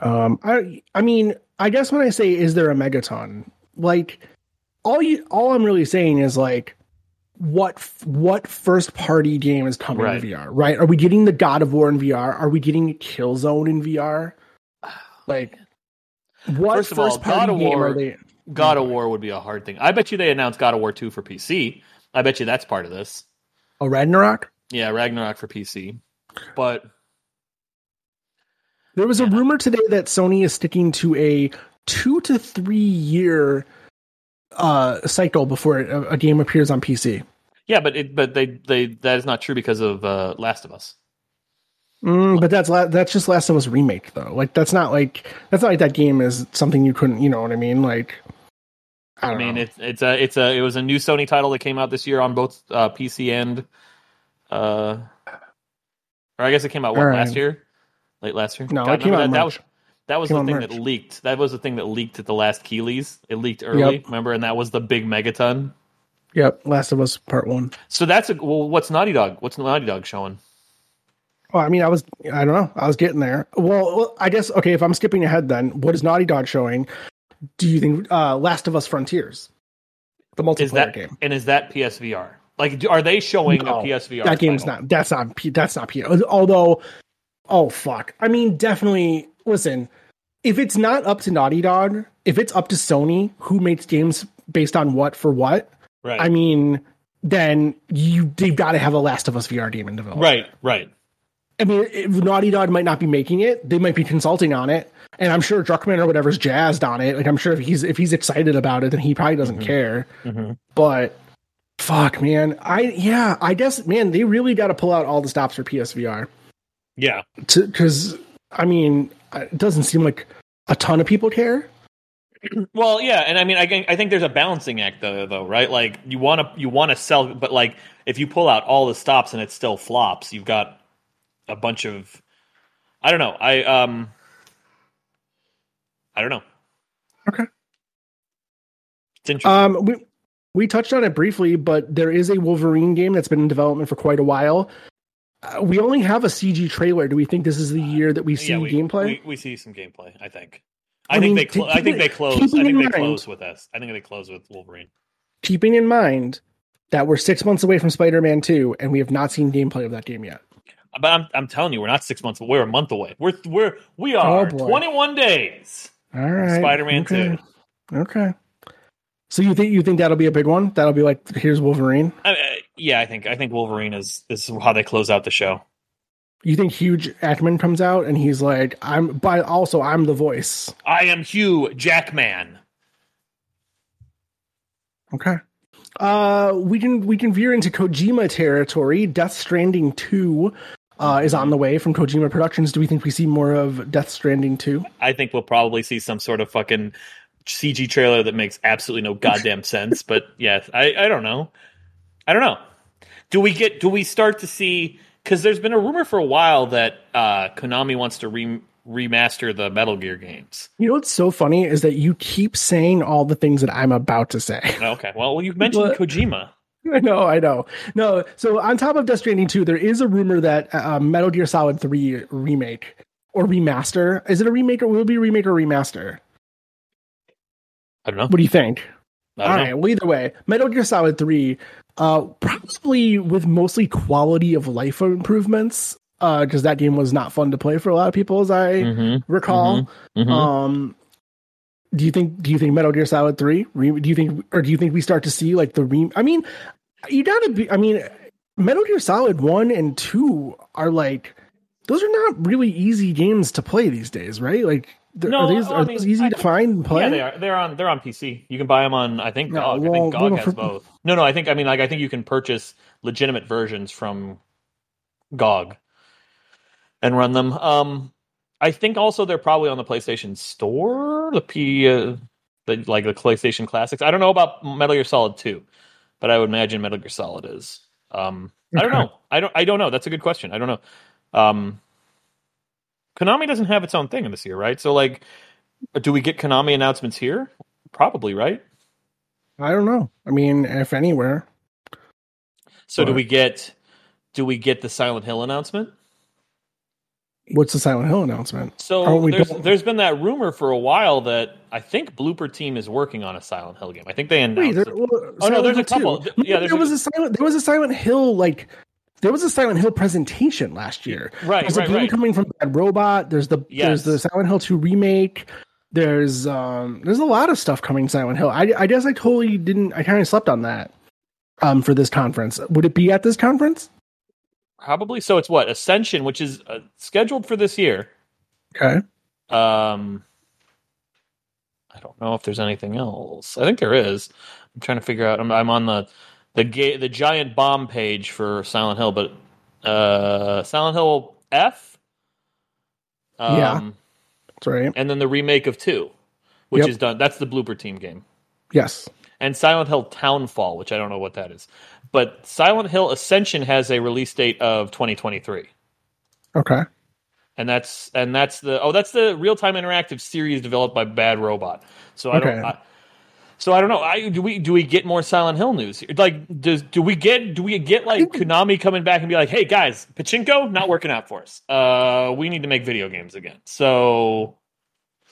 B: Um, I I mean, I guess when I say is there a megaton, like all you all I'm really saying is like what f- what first party game is coming
A: Right.
B: in VR, right? Are we getting the God of War in VR? Are we getting Killzone in VR? Like what
A: First
B: first,
A: of all, God
B: party
A: of
B: game
A: War-
B: are they?
A: God of War would be a hard thing. I bet you they announced God of War two for PC. I bet you that's part of this.
B: Oh, Ragnarok.
A: Yeah, Ragnarok for PC. But
B: There was a
A: Yeah.
B: rumor today that Sony is sticking to a two to three year uh cycle before a, a game appears on PC.
A: yeah, but it but they they that is not true because of uh, Last of Us.
B: Mm, but that's la- that's just Last of Us remake though. Like that's not like that's not like that game is something you couldn't. You know what I mean? Like I
A: I
B: don't
A: mean,
B: know.
A: it's it's a it's a it was a new Sony title that came out this year on both uh, PC and uh, or I guess it came out what
B: All right.
A: last year, late last year.
B: no,
A: God,
B: it came out.
A: remember
B: in
A: that, that was
B: March.
A: that was
B: Came
A: the
B: out
A: thing
B: March.
A: that leaked. That was the thing that leaked at the last Keeleys. It leaked early,
B: Yep.
A: remember? And that was the big megaton.
B: Yep, Last of Us Part One.
A: So that's a well. What's Naughty Dog? What's Naughty Dog showing?
B: Well, Oh, I mean, I was I don't know. I was getting there. Well, well, I guess okay. If I'm skipping ahead, then what is Naughty Dog showing? Do you think uh Last of Us Frontiers, the multiplayer
A: Is that
B: game?
A: and is that PSVR? Like, do, are they showing
B: No,
A: a PSVR?
B: That game's
A: title?
B: not. That's not. P- That's not P. Although, oh fuck. I mean, definitely. Listen, if it's not up to Naughty Dog, if it's up to Sony, who makes games based on what for what?
A: right.
B: I mean, then you they've got to have a Last of Us VR game in development.
A: right, right.
B: I mean, if Naughty Dog might not be making it. They might be consulting on it, and I'm sure Druckmann or whatever's jazzed on it. Like, I'm sure if he's if he's excited about it, then he probably doesn't care
A: Mhm.
B: but fuck man i yeah i guess man they really got to pull out all the stops for psvr
A: Yeah,
B: because i mean uh, it doesn't seem like a ton of people care
A: Well, yeah, and I mean, I, think- I think there's a balancing act though, though, right? Like you want to you want to sell, but like if you pull out all the stops and it still flops, you've got a bunch of I don't know. I um I don't know.
B: Okay.
A: It's interesting.
B: um we we touched on it briefly but there is a wolverine game that's been in development for quite a while uh, we only have a cg trailer do we think this is the year that we see
A: Uh, yeah, we,
B: gameplay
A: We, we see some gameplay. I think. I,
B: I
A: think
B: mean,
A: they. Cl-
B: keep-
A: I think they
B: keep
A: close.
B: it
A: I
B: in
A: think they
B: mind.
A: close with us. I think they close with Wolverine.
B: keeping in mind that we're six months away from spider-man 2 and we have not seen gameplay of that game yet
A: But I'm, I'm telling you, we're not six months. We're a month away. We're we're we are
B: Oh, boy.
A: 21 days.
B: All right.
A: Spider-Man
B: okay. Okay. So you think you think that'll be a big one? That'll be like here's Wolverine.
A: I, I- yeah, I think I think Wolverine is is how they close out the show.
B: You think huge Ackman comes out and he's like, I'm but also I'm the voice.
A: I am Hugh Jackman.
B: Okay. Uh we can we can veer into Kojima territory. Death Stranding 2 uh is on the way from Kojima Productions. Do we think we see more of Death Stranding 2?
A: I think we'll probably see some sort of fucking CG trailer that makes absolutely no goddamn sense. But yeah, I I don't know. I don't know. Do we get? Do we start to see? Because there's been a rumor for a while that uh, Konami wants to re- remaster the Metal Gear games.
B: You know what's so funny is that you keep saying all the things that I'm about to say.
A: Okay, well you mentioned
B: What?
A: Kojima.
B: I know, I know. No, so on top of Death Stranding 2, there is a rumor that uh, Metal Gear Solid 3 remake or remaster. Is it a remake or will it be a remake or remaster?
A: I don't know.
B: What do you think?
A: I
B: All
A: don't know.
B: right, well, either way, Metal Gear Solid 3, uh, probably with mostly quality of life improvements, because that game was not fun to play for a lot of people, as I
A: Mhm,
B: recall.
A: mhm.
B: Um, do you think? Do you think Metal Gear Solid Three? Re, do you think, or do you think we start to see like the re? I mean, you gotta be. I mean, Metal Gear Solid One and Two are like Those are not really easy games to play these days, right? Like, th-
A: No,
B: are these
A: I
B: are
A: mean,
B: those easy
A: I-
B: to find and play?
A: Yeah, they are. They're on. They're on PC. You can buy them on. I think
B: No,
A: GOG. I
B: well,
A: think GOG
B: well,
A: has
B: for-
A: both. No, no. I think. I mean, like, I think you can purchase legitimate versions from GOG and run them. Um, I think also they're probably on the PlayStation Store, the P, uh, the like the PlayStation Classics. I don't know about Metal Gear Solid Two, but I would imagine Metal Gear Solid is. Um, I don't
B: Okay.
A: know. I don't. I don't know. That's a good question. I don't know. Um, Konami doesn't have its own thing in this year, right? So like, do we get Konami announcements here? Probably, right?
B: I don't know. I mean, if anywhere,
A: So do
B: Right.
A: we get? Do we get the Silent Hill announcement?
B: what's the Silent Hill announcement? Oh,
A: So
B: we
A: there's
B: don't-
A: there's been that rumor for a while that I think Blooper Team is working on a Silent Hill game. I think they announced.
B: Wait, there,
A: it.
B: well,
A: Oh, no, there's a
B: Hill
A: couple.
B: 2.
A: Yeah, there's
B: there
A: a-
B: was a Silent. There was a Silent Hill like. There was a Silent Hill presentation last year.
A: Right,
B: There's
A: right,
B: a game
A: right.
B: coming from Bad Robot. There's the
A: Yes.
B: there's the Silent Hill 2 remake. There's um there's a lot of stuff coming Silent Hill. I I guess I totally didn't I kind of slept on that um for this conference. Would it be at this conference?
A: Probably. So it's what Ascension, which is uh, scheduled for this year.
B: Okay.
A: Um, I don't know if there's anything else. I think there is. I'm trying to figure out. I'm, I'm on the the ga- the giant bomb page for Silent Hill, but uh, Silent Hill F. Um,
B: Yeah. That's right.
A: And then the remake of two, which
B: Yep.
A: is done. That's the blooper team game.
B: Yes.
A: And Silent Hill Townfall, which I don't know what that is. But Silent Hill Ascension has a release date of 2023.
B: Okay.
A: and that's and that's the oh that's the real time interactive series developed by Bad Robot. So I don't.
B: Okay.
A: I, so I don't know. I, do we do we get more Silent Hill news? here? Like, does do we get do we get like Konami coming back and be like, "Hey guys, pachinko not working out for us. Uh, we need to make video games again." So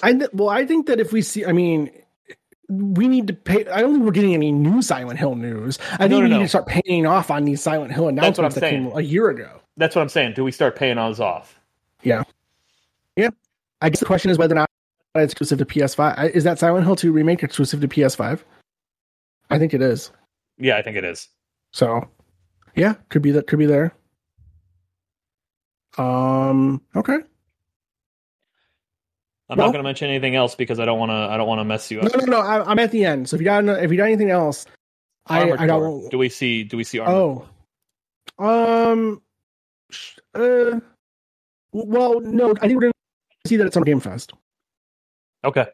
B: I th- well I think that if we see I mean we need to pay. I don't think we're getting any new Silent Hill news. I think
A: no,
B: we need
A: no.
B: to start paying off on these Silent Hill
A: That's what I'm
B: announcements that
A: saying.
B: came a year ago.
A: that's what I'm saying. Do we start paying ours off?
B: I guess the question is whether or not it's exclusive to PS5. I- Is that Silent Hill 2 remake exclusive to PS5? I think it is.
A: Yeah, I think it is.
B: So, yeah, could be that. Could be there. Um. Okay.
A: I'm
B: Well-
A: not going to mention anything else because I don't want to. I don't want to mess you
B: No,
A: up.
B: no, no. I, I'm at the end. So if you got if you got anything else, I
A: Armored
B: I
A: Core.
B: don't.
A: Do we see? Do we see? Armored
B: Oh. Um. sh- Uh. Well, no. I think we're gonna see that it's on Game Fest.
A: Okay. Oh,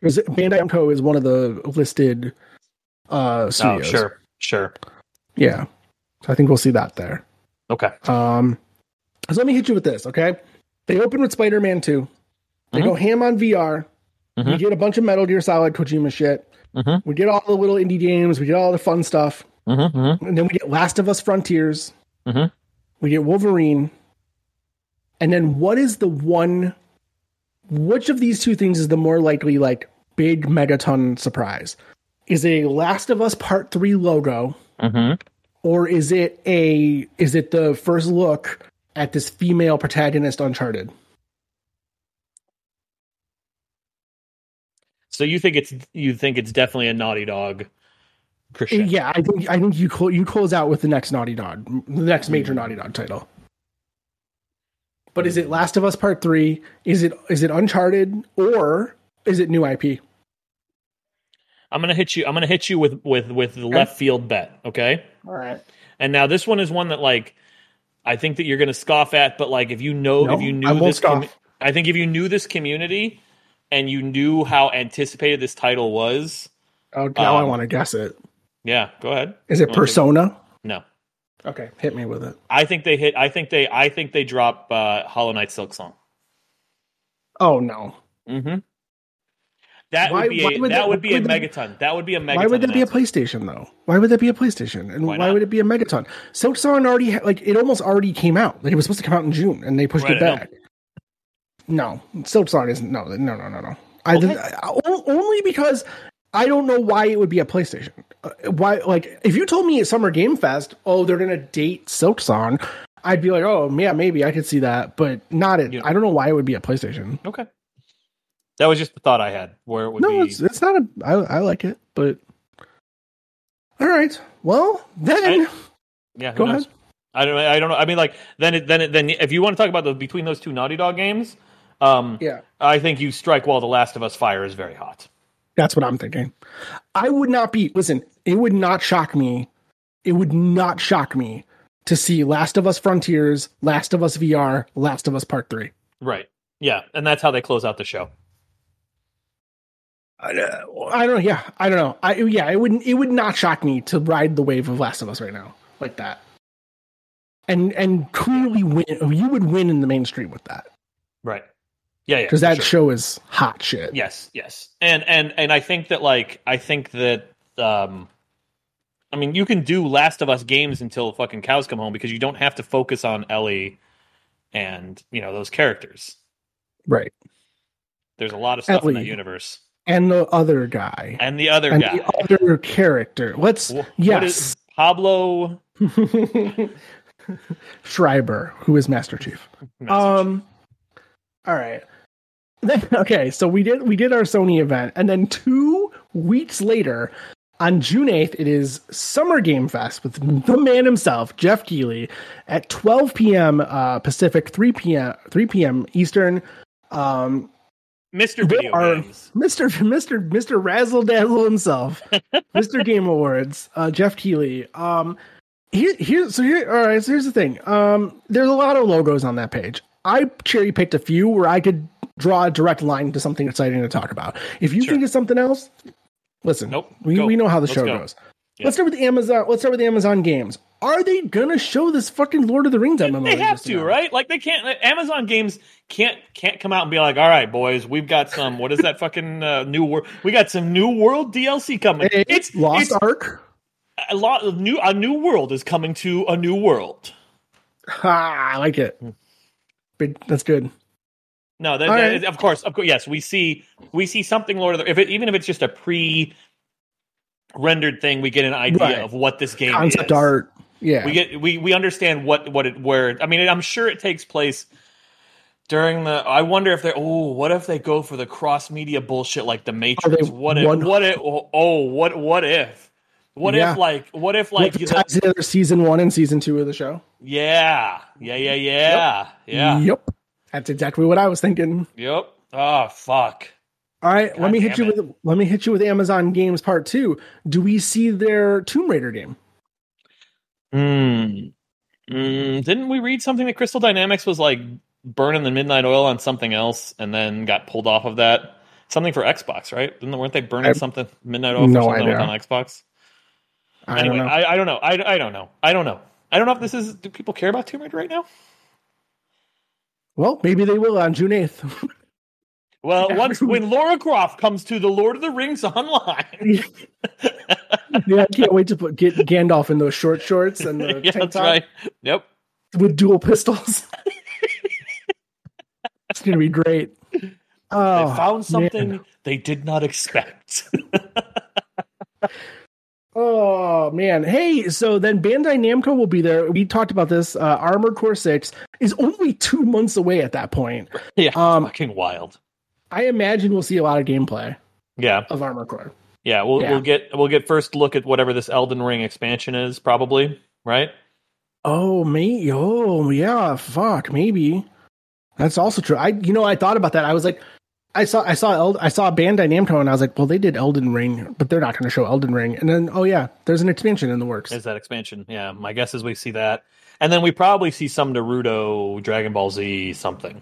B: Because Bandai Namco is one of the listed uh
A: Oh,
B: studios.
A: sure. Sure.
B: Yeah. So I think we'll see that there.
A: Okay.
B: Um, so let me hit you with this, okay? They open with Spider Man 2. They go ham on VR. We
A: Mhm.
B: get a bunch of Metal Gear Solid Kojima shit.
A: Mhm.
B: We get all the little indie games. We get all the fun stuff.
A: Mm-hmm, mm-hmm.
B: And then we get Last of Us Frontiers.
A: Mhm.
B: We get Wolverine. And then what is the one? Which of these two things is the more likely, like, big megaton surprise? Is it a Last of Us Part 3 logo?
A: Mm-hmm.
B: or is it a is it the first look at this female protagonist uncharted
A: So you think it's you think it's definitely a Naughty Dog crescendo.
B: yeah i think i think you clo- you close out with the next naughty dog the next major naughty dog title but is it last of us part 3 is it is it uncharted or is it new ip
A: I'm gonna hit you. I'm gonna hit you with with with the left field bet. Okay.
B: all right
A: And now this one is one that like I think that you're gonna scoff at, but like if you know
B: No,
A: if you knew
B: I won't
A: this,
B: scoff.
A: I think if you knew this community and you knew how anticipated this title was,
B: okay Oh, now i
A: Um,
B: want to guess it
A: yeah, go ahead.
B: is it
A: wanna take-
B: persona
A: No,
B: okay hit me with it
A: I think they hit. I think they. I think they drop uh, Hollow Knight Silk Song.
B: oh no
A: Mm-hmm. That
B: Why-
A: would be
B: why
A: a,
B: would
A: that
B: that-
A: would be
B: why
A: a
B: would that-
A: megaton. That would be a megaton.
B: why would that be a
A: announcement.
B: PlayStation though? Why would that be a PlayStation? And
A: Why
B: why,
A: not?
B: would it be a Megaton? Silk Song already ha- like it almost already came out. Like it was supposed to come out in June, and they pushed
A: Right,
B: it
A: I know.
B: back. No, Silk Song isn't. No, no, no, no, no. I,
A: Okay.
B: I- o- only because I don't know why it would be a PlayStation. Uh, why like if you told me at Summer Game Fest, oh, they're gonna date Silk Song, I'd be like, oh yeah, maybe I could see that, but not it.
A: Yeah.
B: I don't know why it would be a PlayStation.
A: Okay. That was just the thought I had where it would
B: no,
A: be.
B: it's it's not a. I I like it, but all right. Well, then.
A: yeah, who
B: Go
A: knows?
B: ahead.
A: I don't. I don't know. I mean, like then, it, then, it, then, if you want to talk about the between those two Naughty Dog games, um,
B: Yeah.
A: I think you strike while The Last of Us Fire is very hot.
B: That's what I'm thinking. I would not be listen, it would not shock me. It would not shock me to see Last of Us Frontiers, Last of Us VR, Last of Us Part 3.
A: Right. Yeah, and that's how they close out the show.
B: I don't I don't- yeah, I don't know. I yeah, it wouldn't it would not shock me to ride the wave of Last of Us right now like that. And and clearly win you would win in the mainstream with that
A: Right. Yeah. Yeah.
B: cuz
A: for
B: that
A: sure.
B: show is hot shit.
A: Yes, yes, and and and I think that like I think that um, I mean you can do Last of Us games until fucking cows come home because you don't have to focus on Ellie and you know those characters.
B: Right.
A: There's a lot of stuff in that
B: Ellie.
A: universe,
B: And the other guy
A: and the other
B: and
A: guy.
B: the other character. Let's
A: Wh- what
B: yes.
A: is- Pablo?
B: Schreiber, who is Master Chief. Um, all right. Then- okay, so we did we did our Sony event, and then two weeks later, on June eighth, it is Summer Game Fest with the man himself, Jeff Keighley, at twelve p.m. Uh, Pacific, three p.m. three p.m. Eastern. Um,
A: Mr. Video
B: are-
A: Games.
B: Mr. Mr. Mr. Razzle Dazzle himself, Mr. Game Awards, uh, Jeff Keeley. Um, here, here, so here, all right. So here's the thing. Um, there's a lot of logos on that page. I cherry picked a few where I could draw a direct line to something exciting to talk about. If you
A: Sure.
B: think of something else, listen.
A: Nope.
B: We,
A: Go.
B: we know how the
A: Let's
B: show
A: go.
B: goes.
A: Yeah.
B: Let's start with Amazon. Let's start with Amazon games. Are they gonna show this fucking Lord of the Rings MMO?
A: They
B: they
A: have
B: just
A: to,
B: announced?
A: right? Like they can't. Amazon Games can't can't come out and be like, "All right, boys, we've got some. What is that fucking uh, new world? We got some new world DLC coming.
B: Hey,
A: it's
B: Lost
A: it's
B: Ark.
A: a lot of new a new world is coming to a new world.
B: Ha, I like it.
A: Hmm.
B: Big, that's good.
A: No, that,
B: All
A: that-
B: right.
A: of course, of course, yes, we see we see something Lord of the if it, even if it's just a pre rendered thing, we get an idea
B: Right.
A: of what this game
B: Concept
A: is.
B: art. Yeah.
A: We get we we understand what what it where I mean I'm sure it takes place during the I wonder if they oh what if they go for the cross media bullshit like the Matrix what if
B: one-
A: what if oh, oh, what what if what
B: Yeah.
A: if like what if
B: like
A: like the-
B: ties together season one and season two of the show.
A: yeah yeah yeah yeah yeah
B: Yep. That's exactly what I was thinking.
A: Yep. Oh fuck.
B: All right,
A: God
B: let me hit you
A: damn
B: with let me hit you with Amazon Games Part Two. Do we see their Tomb Raider game?
A: Mm. Mm. Didn't we read something that Crystal Dynamics was like burning the midnight oil on something else and then got pulled off of that? Something for Xbox, right? Didn't weren't they burning
B: I-
A: something midnight oil for
B: No
A: something that was
B: idea.
A: on Xbox?
B: I
A: anyway,
B: don't know.
A: I, I don't know. I, I don't know. I don't know. I don't know if this is. Do people care about Tomb Raider right now?
B: well, maybe they will on June eighth.
A: Well,
B: Yeah,
A: once
B: we-
A: when Laura Croft comes to the Lord of the Rings online,
B: yeah, I can't wait to put get Gandalf in those short shorts and the
A: yeah, that's
B: tank top
A: right. Yep.
B: with dual pistols. it's gonna be great. Oh,
A: they found
B: man.
A: something they did not expect.
B: Oh man! Hey, so then Bandai Namco will be there. We talked about this. Uh, Armored Core Six is only two months away at that point.
A: yeah,
B: Um,
A: fucking wild.
B: I imagine we'll see a lot of gameplay
A: Yeah.
B: of Armored Core.
A: Yeah, we'll
B: Yeah.
A: we'll get we'll get first look at whatever this Elden Ring expansion is, probably, right?
B: Oh me, oh yeah, fuck, maybe that's also true. I, you know, I thought about that. I was like, I saw, I saw, Eld- I saw Bandai Namco, and I was like, well, they did Elden Ring, but they're not going to show Elden Ring. And then, oh yeah, there's an expansion in the works.
A: Is that expansion? Yeah, my guess is we see that, and then we probably see some Naruto, Dragon Ball Z, something.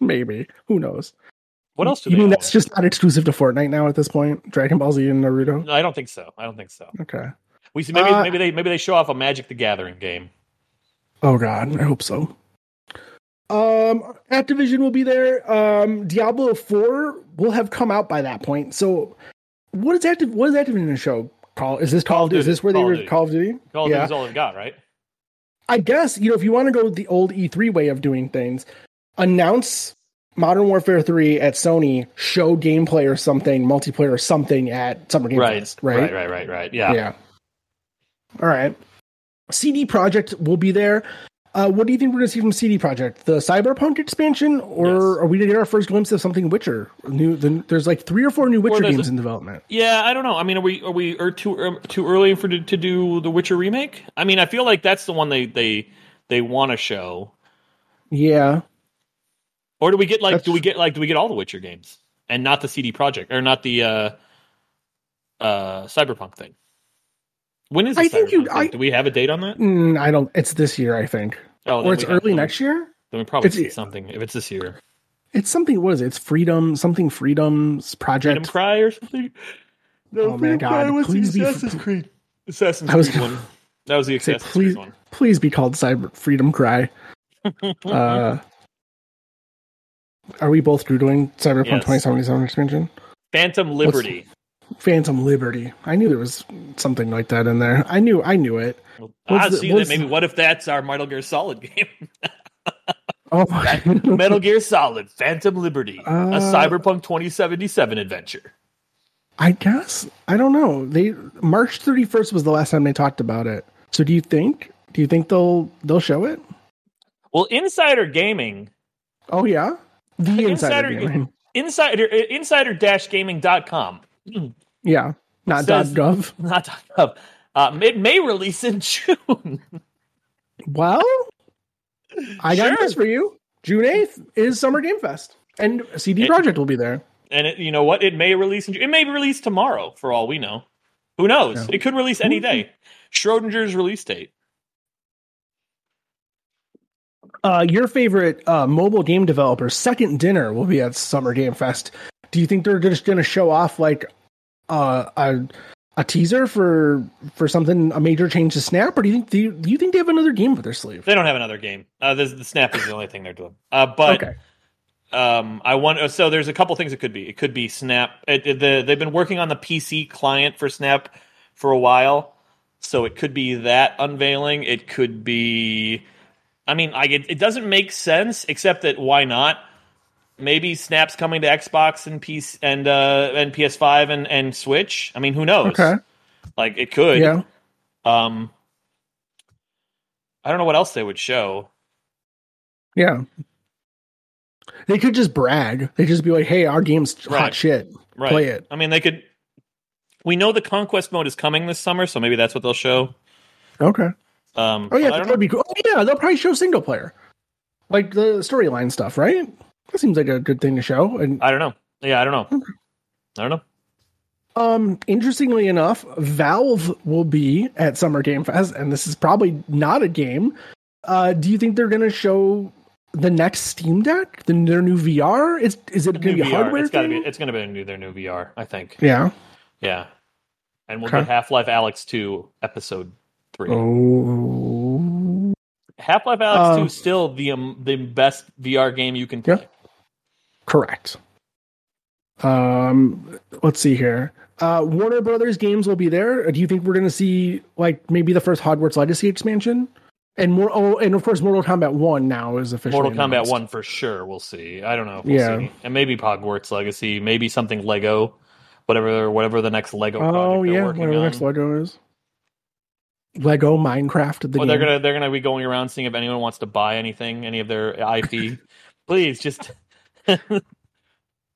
B: maybe who knows?
A: What else do
B: you
A: they
B: mean
A: own?
B: that's just not exclusive to Fortnite now at this point? Dragon Ball Z and Naruto.
A: No, I don't think so. I don't think so.
B: Okay.
A: We see maybe
B: Uh,
A: maybe they maybe they show off a Magic the Gathering game.
B: Oh god, I hope so. Um Activision will be there. Um Diablo 4 will have come out by that point. So what is active what is Activision show? Call is this Call of Duty? Is
A: Duty.
B: this where they
A: Call of
B: were
A: Duty.
B: Call of Duty?
A: Call of
B: Yeah.
A: Duty's all they've got, right?
B: I guess, you know, if you want to go with the old E3 way of doing things, announce Modern Warfare 3 at Sony, show gameplay or something, multiplayer or something at Summer Game
A: Right,
B: Fest,
A: right, right, right, right. Yeah,
B: yeah. All right. CD Project will be there. Uh, what do you think we're going to see from CD Project? The Cyberpunk expansion, or
A: Yes.
B: are we going to get our first glimpse of something Witcher? New, the, there's like three or four new Witcher
A: there's
B: games
A: a-
B: in development.
A: Yeah, I don't know. I mean, are we are we are too er, too early for to, to do the Witcher remake? I mean, I feel like that's the one they they they want to show.
B: Yeah,
A: Or do we get like do
B: That's-
A: we get like do we get all the Witcher games and not the CD Project or not the uh uh Cyberpunk thing? When is the
B: I think you-
A: Cyberpunk thing?
B: I-
A: do we have a date on that?
B: Mm, I don't. It's this year, I think,
A: Oh, then
B: or it's
A: we have-
B: early next year.
A: Then we probably
B: it's- e-
A: see something if it's this year.
B: It's something. What is it? It's Freedom something. Freedoms
A: Freedom
B: Project.
A: Cry or something. No,
B: Oh, man, God, please be-
A: Creed. Assassin's
B: I was
A: Creed
B: gonna-
A: one. That was the
B: Say,
A: Assassin's
B: please,
A: Creed one.
B: please be called Cyber Freedom Cry. Uh, are we both doing Cyberpunk
A: Yes.
B: 2077 expansion?
A: Phantom Liberty.
B: Phantom Liberty. I knew there was something like that in there. I knew. I knew it.
A: Well,
B: what's
A: I
B: the-
A: Ah, see
B: what's
A: that. Maybe what if that's our Metal Gear Solid game?
B: Oh my!
A: Metal Gear Solid Phantom Liberty,
B: Uh,
A: a Cyberpunk 2077 adventure.
B: I guess I don't know. They March 31st was the last time they talked about it. So do you think? Do you think they'll they'll show it?
A: Well, Insider Gaming,
B: Oh yeah, the
A: Like,
B: insider,
A: Insider-
B: Gaming.
A: insider uh, insider-gaming.com,
B: Yeah, not
A: Says-
B: .gov.
A: not .gov, uh, it may release in June.
B: Well, I got
A: Sure.
B: news for you. June 8th is Summer Game Fest, and CD
A: It-
B: Project will be there.
A: and it, you know what? It may release in June. It may release tomorrow for all we know. Who knows?
B: Yeah.
A: It could release any day. Schrodinger's release date.
B: Uh, your favorite uh, mobile game developer, Second Dinner, will be at Summer Game Fest. Do you think they're just going to show off like uh, a a teaser for for something a major change to Snap, or do you think do you, do you think they have another game up their sleeve?
A: They don't have another game. Uh, this, the snap is the only thing they're doing. Uh, but
B: okay,
A: um, I want so there's a couple things it could be. It could be Snap. It, it- the, they've been working on the PC client for Snap for a while, so it could be that unveiling. It could be. I mean, I it, it doesn't make sense except that why not? Maybe Snap's coming to Xbox and PC and uh, and PS5 and and Switch. I mean, who knows?
B: okay,
A: Like it could.
B: yeah.
A: Um, I don't know what else they would show.
B: Yeah. They could just brag. They just be like, "Hey, our game's
A: Right.
B: hot shit.
A: Right.
B: Play it."
A: I mean, they could. We know the conquest mode is coming this summer, so maybe that's what they'll show.
B: Okay.
A: Um,
B: Oh yeah,
A: but I
B: that
A: don't know.
B: would be cool. Oh yeah, they'll probably show single player, like the storyline stuff, right? That seems like a good thing to show. And
A: I don't know. Yeah, I don't know. I don't know.
B: um, interestingly enough, Valve will be at Summer Game Fest, and this is probably not a game. Uh, do you think they're going to show the next Steam Deck, the, their new VR? Is is it
A: New
B: going to be a
A: VR.
B: hardware?
A: It's got to be.
B: thing?
A: It's going to be a new, their new VR. I think.
B: yeah.
A: Yeah. And we'll
B: Okay.
A: get Half Life Alex Two episode three.
B: Oh.
A: Half Life Alex
B: Uh,
A: Two is still the um, the best VR game you can play.
B: Yeah. Correct. Um, let's see here. Uh, Warner Brothers games will be there. Do you think we're going to see like maybe the first Hogwarts Legacy expansion? And more, oh, and of course, Mortal Kombat One now is officially
A: Mortal Kombat
B: announced.
A: One for sure. We'll see. I don't know. If we'll
B: Yeah.
A: see any. and maybe Hogwarts Legacy. Maybe something Lego. Whatever, whatever the next Lego project
B: Oh
A: they're
B: yeah,
A: working
B: whatever the
A: on.
B: next Lego is. Lego Minecraft. The
A: well,
B: game.
A: Oh, they're gonna they're gonna be going around seeing if anyone wants to buy anything, any of their IP. Please, just anything.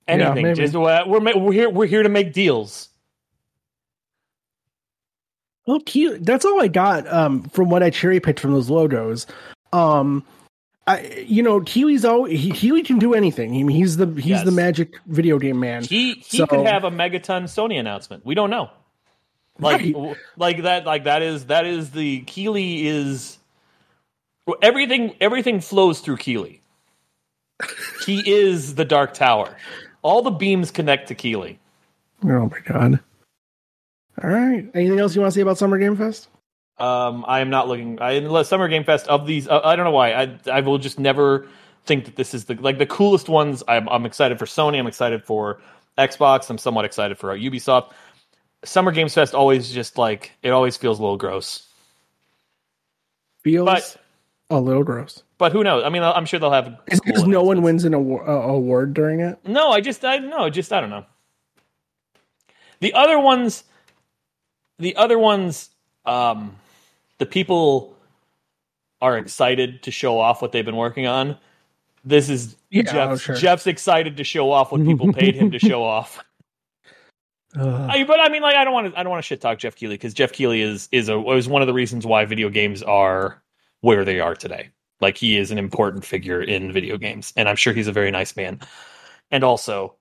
B: maybe.
A: just we're, we're ma- we're here we're here to make deals.
B: Oh, cute. That's all I got um, from what I cherry picked from those logos. Um, I, you know, Keely's all he, Keely can do anything. I mean, he's the he's
A: Yes.
B: the magic video game man.
A: He he
B: So-
A: could have a megaton Sony announcement. We don't know. Like
B: Right.
A: w- like that like that is that is the Keeley is well, everything everything flows through Keeley. he is the Dark Tower. All the beams connect to Keeley.
B: Oh my god. All right. Anything else you want to say about Summer Game Fest?
A: Um, I am not looking. I unless Summer Game Fest of these. Uh, I don't know why. I I will just never think that this is the like the coolest ones. I'm I'm excited for Sony. I'm excited for Xbox. I'm somewhat excited for uh, Ubisoft. Summer Games Fest always just like it always feels a little gross.
B: Feels
A: But-
B: a little gross.
A: But who knows? I mean, I'm sure they'll have.
B: Is it because
A: cool
B: no one
A: announcements.
B: wins an award, uh, award during it?
A: No, I just I no, just I don't know. The other ones, the other ones, um, the people are excited to show off what they've been working on. This is
B: Yeah,
A: Jeff's,
B: oh, sure.
A: Jeff's excited to show off what people paid him to show off.
B: Uh,
A: I, but I mean, like, I don't want to. I don't want to shit talk Jeff Keeley because Jeff Keeley is is a is one of the reasons why video games are where they are today. Like he is an important figure in video games, and I'm sure he's a very nice man. And also,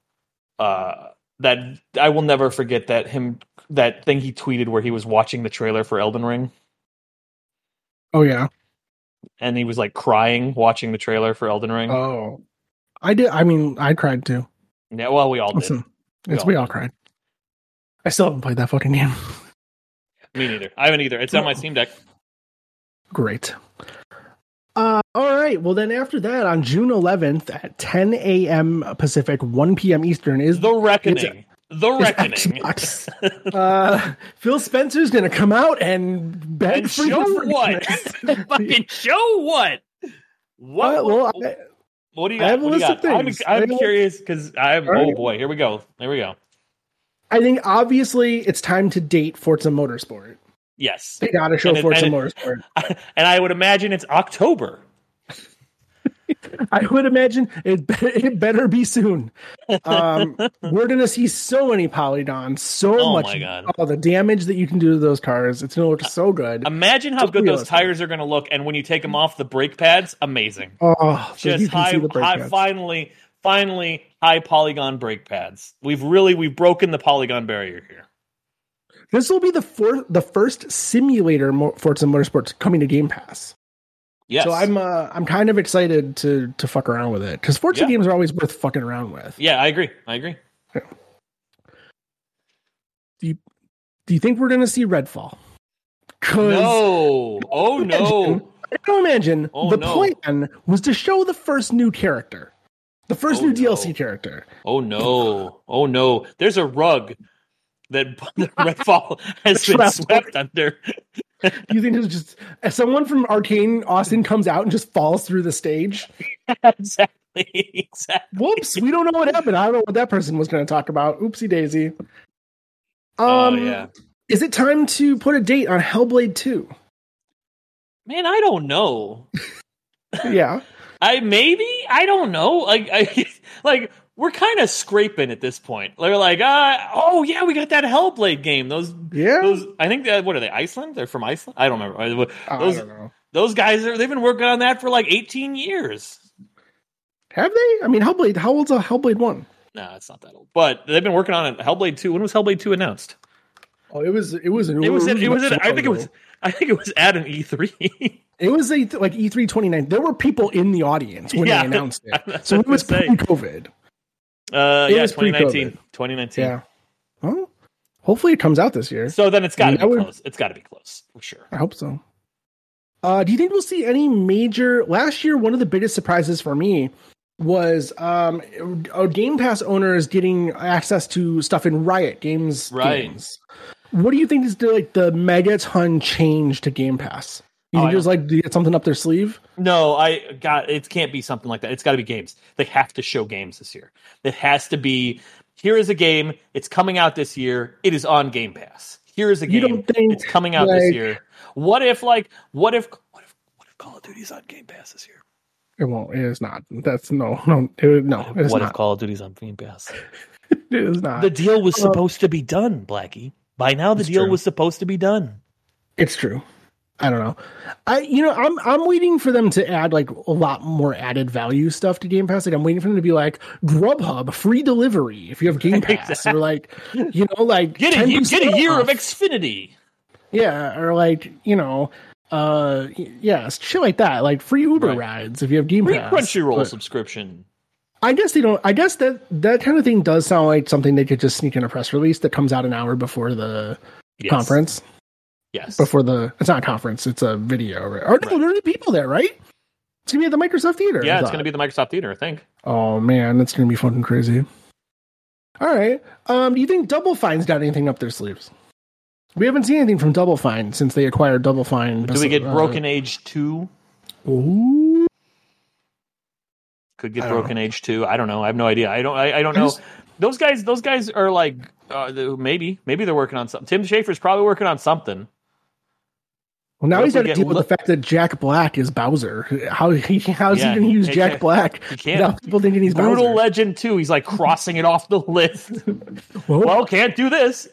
A: uh, that I will never forget that him that thing he tweeted where he was watching the trailer for Elden Ring
B: oh yeah.
A: and he was like crying watching the trailer for Elden Ring.
B: Oh, I did. I mean, I cried too.
A: yeah, well, we all did.
B: Listen, it's
A: all
B: we all cried. I still haven't played that fucking game.
A: Me neither. I haven't either. It's on my Steam Deck.
B: Great. Uh, all right. Well, then after that, on June 11th at 10 a.m. Pacific, 1 p.m. Eastern, is
A: The Reckoning. The
B: is
A: Reckoning.
B: Xbox. uh, Phil Spencer's going to come out and beg
A: and
B: for
A: show
B: your
A: what?
B: forgiveness.
A: Fucking show what? What?
B: Uh, well,
A: what,
B: I-
A: do you
B: I
A: got?
B: have a
A: What do you
B: list of
A: got? I'm,
B: things.
A: I'm
B: Maybe-
A: curious because I'm.
B: All
A: Oh
B: right.
A: boy, here we go. There we go.
B: I think obviously it's time to date Forza Motorsport.
A: Yes,
B: They got to show
A: And it-
B: Forza
A: and it-
B: Motorsport.
A: and I would imagine it's October.
B: I would imagine it, be- it better be soon. Um, we're gonna see so many polygons, so
A: Oh
B: much,
A: my God.
B: all the damage that you can do to those cars. It's gonna look so good.
A: Imagine how good those
B: Realistic.
A: tires are going to look, and when you take them off the brake pads, amazing.
B: oh, so
A: Just
B: you can
A: high,
B: see the brake
A: high
B: pads.
A: finally, finally, high polygon brake pads. We've really we've broken the polygon barrier here.
B: This will be the fourth, the first simulator mo- Forza Motorsports coming to Game Pass.
A: Yes.
B: So I'm, uh, I'm kind of excited to to fuck around with it because Forza
A: Yeah.
B: games are always worth fucking around with.
A: Yeah, I agree. I agree.
B: Do you think we're gonna see Redfall? 'Cause
A: No. Oh no.
B: I can imagine
A: Oh,
B: the
A: no.
B: plan was to show the first new character, the first
A: Oh,
B: new
A: no.
B: DLC character.
A: Oh no! Oh no! There's a rug that that Redfall has been
B: Trapped.
A: swept under.
B: Do you think it's just as someone from Arcane Austin comes out and just falls through the stage?
A: exactly. Exactly.
B: Whoops, we don't know what happened. I don't know what that person was going to talk about. Oopsie daisy. Um,
A: oh yeah.
B: Is it time to put a date on Hellblade 2?
A: Man, I don't know.
B: Yeah.
A: I maybe I don't know. Like I like we're kind of scraping at this point. They're like, uh, oh yeah, we got that Hellblade game. Those
B: Yeah.
A: those I think that what are they? Iceland? They're from Iceland. Oh, I don't remember.
B: I
A: those-
B: don't know.
A: Those guys are they've been working on that for like 18 years.
B: Have they? I mean, Hellblade, how old's a Hellblade 1?
A: No, it's not that old. But they've been working on it. Hellblade 2. When was Hellblade 2 announced?
B: Oh, it was it was an
A: It was. At, it was. At, I think it was. I think it was at an E three.
B: It was a, like E three twenty nine. There were people in the audience when
A: Yeah.
B: they announced it,
A: That's
B: so
A: what
B: it was
A: I'm
B: pre
A: saying.
B: COVID.
A: Uh,
B: It
A: yeah,
B: was
A: 2019. 2019.
B: Yeah. Well, hopefully it comes out this year.
A: So then it's got to
B: That
A: be
B: would-
A: close. It's got to be close for sure.
B: I hope so. Uh, do you think we'll see any major? Last year, one of the biggest surprises for me was um, a Game Pass owner is getting access to stuff in Riot Games.
A: Right.
B: Games. What do you think is the, like the megaton change to Game Pass? You
A: Oh,
B: think
A: I
B: there's like get something up their sleeve?
A: No, I got. It can't be something like that. It's got to be games. They have to show games this year. It has to be. Here is a game. It's coming out this year. It is on Game Pass. Here is a
B: You
A: game.
B: don't think,
A: it's coming out this
B: like-
A: year. What if like? What if? What if? What if Call of Duty's on Game Pass this year?
B: It won't. It is not. That's no, no, it, no. It is
A: what
B: not.
A: if Call of Duty's on Game Pass?
B: It is not.
A: The deal was
B: Uh,
A: supposed to be done, Blackie. By now, the
B: It's
A: deal
B: true.
A: was supposed to be done.
B: It's true. I don't know. I you know I'm I'm waiting for them to add like a lot more added value stuff to Game Pass. Like I'm waiting for them to be like Grubhub free delivery if you have Game Pass or like you know like
A: Get a,
B: 10%
A: get a year
B: off.
A: of Xfinity.
B: yeah or like you know uh y- yeah shit like that like free Uber
A: Right.
B: rides if you have Game
A: Free
B: Pass.
A: Crunchyroll
B: But
A: subscription.
B: I guess they don't. I guess that that kind of thing does sound like something they could just sneak in a press release that comes out an hour before the
A: Yes.
B: conference.
A: Yes.
B: before the it's not a conference, it's a video. Right? Or no,
A: Right.
B: there are people there, right? It's gonna be at the Microsoft Theater.
A: yeah, it's going to be the Microsoft Theater, I think.
B: Oh man, it's gonna be fucking crazy. All right. Um, do you think Double Fine's got anything up their sleeves? We haven't seen anything from Double Fine since they acquired Double Fine.
A: Do we get
B: uh,
A: Broken Age 2?
B: Ooh.
A: Could get
B: I don't
A: Broken Age 2. I don't know. I have no idea. I don't I, I don't
B: I
A: know.
B: just-
A: those guys those guys are like uh, th- maybe maybe they're working on something. Tim Schafer's probably working on something.
B: Well, now
A: What if
B: he's
A: we
B: got to
A: get
B: deal with
A: Lu-
B: the fact that Jack Black is Bowser. How he how's
A: Yeah,
B: he going to use
A: he
B: Jack
A: can't-
B: Black?
A: he can't.
B: without people thinking he's
A: Brutal
B: Bowser.
A: Legend 2. He's like crossing it off the list.
B: Well,
A: well, can't do this.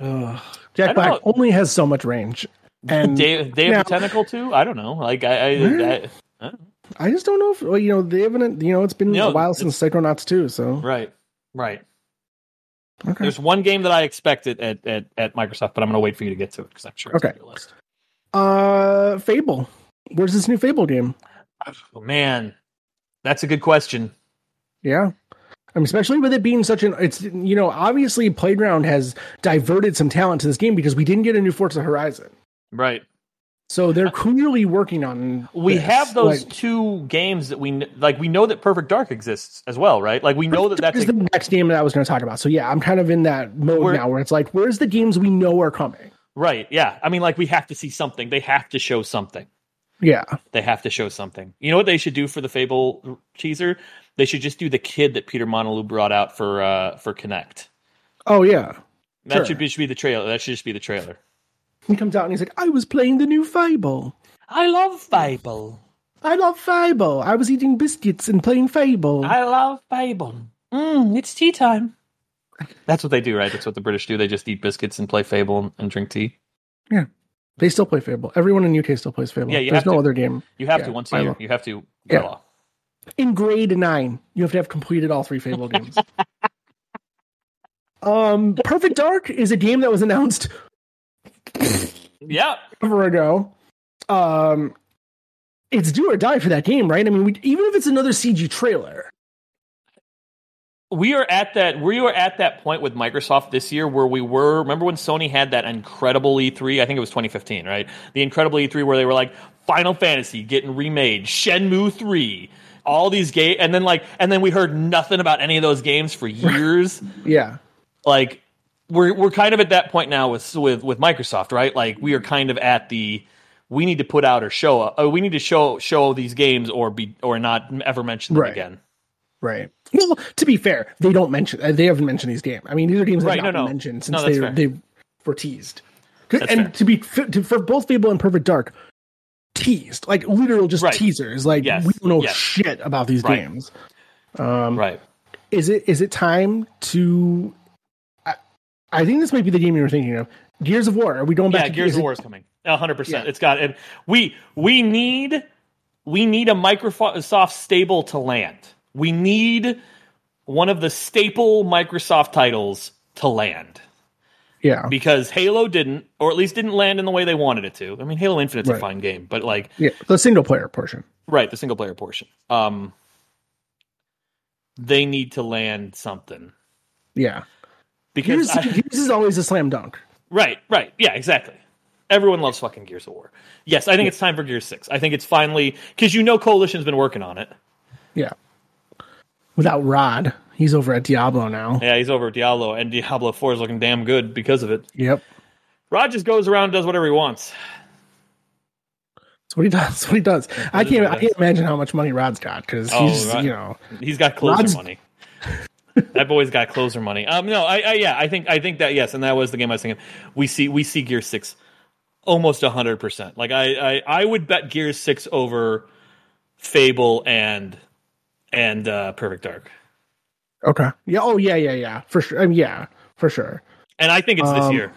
B: ugh.
A: I
B: Jack
A: don't
B: Black only has so much range, and
A: Day, Day
B: now-
A: of the Tentacle 2? I don't know. Like, I. I, I
B: I just don't know if well, you know they haven't. You know, it's been
A: No,
B: a while since Psychonauts two. So
A: right. Right.
B: okay,
A: There's one game that I expected at, at, at Microsoft, but I'm going to wait for you to get to it because I'm sure it's
B: Okay.
A: on your list.
B: uh, Fable. Where's this new Fable game?
A: Oh, man. That's a good question.
B: Yeah. I mean, especially with it being such an it's you know obviously playground has diverted some talent to this game because we didn't get a new Forza Horizon,
A: Right.
B: so they're clearly working on.
A: We
B: this.
A: have those
B: Like,
A: two games that we kn- like. We know that Perfect Dark exists as well, right? Like we know that that's
B: is
A: a,
B: the next game that I was going to talk about. So yeah, I'm kind of in that mode
A: Where-
B: now where it's like, where's the games we know are coming?
A: right. Yeah, I mean, like we have to see something. They have to show something.
B: Yeah,
A: They have to show something. You know what they should do for the Fable teaser? They should just do the kid that Peter Monalou brought out for uh for Connect.
B: oh yeah.
A: That
B: Sure.
A: should, be, should be the trailer. That should just be the trailer.
B: He comes out and he's like, I was playing the new Fable.
A: I love Fable.
B: I love Fable. I was eating biscuits and playing Fable.
A: love Fable. Mm, it's tea time. That's what they do, right? That's what the British do. They just eat biscuits and play Fable and, and drink tea.
B: they still play Fable. Everyone in UK still plays Fable.
A: Yeah, you
B: There's
A: have
B: no
A: to.
B: other game.
A: You have
B: Yeah,
A: to once a
B: by
A: year.
B: law.
A: You have to by
B: Yeah.
A: law.
B: in grade nine, you have to have completed all three Fable games. um, Perfect Dark is a game that was announced
A: Yeah.
B: forever ago. Um, it's do or die for that game, right? I mean, we, even if it's another CG trailer,
A: We are at that we were at that point with Microsoft this year where we were remember when Sony had that incredible E3, I think it was 2015, right? The incredible E3 where they were like Final Fantasy getting remade, Shenmue 3, all these games and then like and then we heard nothing about any of those games for years.
B: yeah,
A: like we're we're kind of at that point now with with with Microsoft, right? Like we are kind of at the we need to put out or show uh, we need to show show these games or be or not ever mention them
B: Right.
A: again.
B: right. Well, to be fair, they don't mention uh, they haven't mentioned these games. I mean, these are games that
A: Right,
B: have
A: no,
B: not been
A: no.
B: mentioned
A: No,
B: since
A: that's fair.
B: they they were teased. Good-
A: That's
B: and
A: fair.
B: to be f- to, for both Fable and Perfect Dark, teased like literal just
A: Right.
B: teasers. Like
A: Yes,
B: we don't know
A: yes.
B: shit about these
A: Right.
B: games. Um,
A: right.
B: is it is it time to I, I think this might be the game you were thinking of gears of war are we going back
A: Yeah,
B: to
A: Gears
B: is
A: of
B: it-
A: War is coming. 100%.
B: Yeah.
A: It's got and we we need we need a Microsoft stable to land. We need one of the staple Microsoft titles to land.
B: yeah
A: because Halo didn't, or at least didn't land in the way they wanted it to. I mean, Halo Infinite's a
B: Right.
A: fine game, but like,
B: yeah the single player portion
A: right, the single player portion. Um, they need to land something
B: yeah
A: because
B: gears,
A: I-
B: gears is always a slam dunk
A: right, right, yeah, exactly. Everyone loves fucking Gears of War. Yes, I think it's time for Gears Six. I think it's finally because you know Coalition's been working on it.
B: yeah without rod he's over at diablo now
A: Yeah, he's over at Diablo, and Diablo Four is looking damn good because of it.
B: yep
A: Rod just goes around and does whatever he wants.
B: that's what he does that's what he does i
A: is
B: can't
A: what
B: i
A: he
B: can't imagine how much money rod's got because
A: Oh,
B: he's
A: right.
B: you know
A: He's got closer
B: Rod's-
A: money. that boy's got closer money. Um, no, I, I, yeah, I think, I think that yes, and that was the game I was thinking. We see, we see Gear Six almost hundred percent. Like I, I, I would bet Gear Six over Fable and and uh, Perfect Dark,
B: okay yeah oh yeah yeah yeah for sure I mean, yeah for sure
A: and I think it's this
B: Um, uh,
A: year.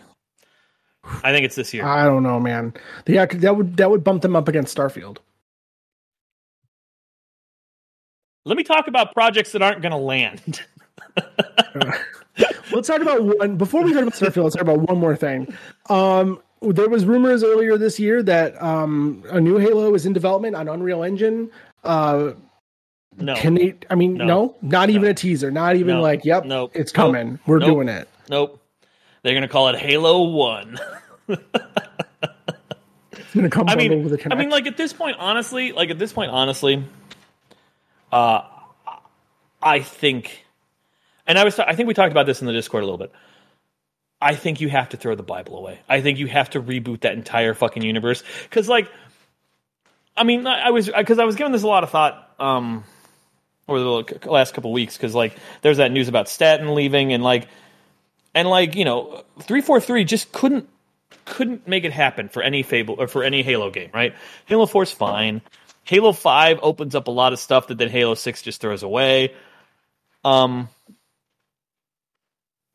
A: I think it's this year.
B: i don't know man yeah that would that would bump them up against starfield
A: Let me talk about projects that aren't going to land.
B: let's talk about one before we talk about Starfield. Let's talk about one more thing. Um, there was rumors earlier this year that um, a new Halo is in development on Unreal Engine. Uh,
A: No,
B: Can they? I mean,
A: No.
B: no, not even a teaser. Not even
A: No.
B: like, yep,
A: Nope.
B: it's coming. We're
A: Nope.
B: doing it.
A: nope. They're going to call it Halo One.
B: It's gonna come.
A: I mean,
B: with a
A: I mean, like at this point, honestly, like at this point, honestly, uh, I think, and I was, I think we talked about this in the Discord a little bit. I think you have to throw the Bible away. I think you have to reboot that entire fucking universe because, like, I mean, I, I was because I was giving this a lot of thought um, over the last couple weeks because, like, there's that news about Staten leaving and like, and like you know, three four three just couldn't couldn't make it happen for any Fable or for any Halo game, right? Halo 4's fine. Halo 5 opens up a lot of stuff that then Halo 6 just throws away. Um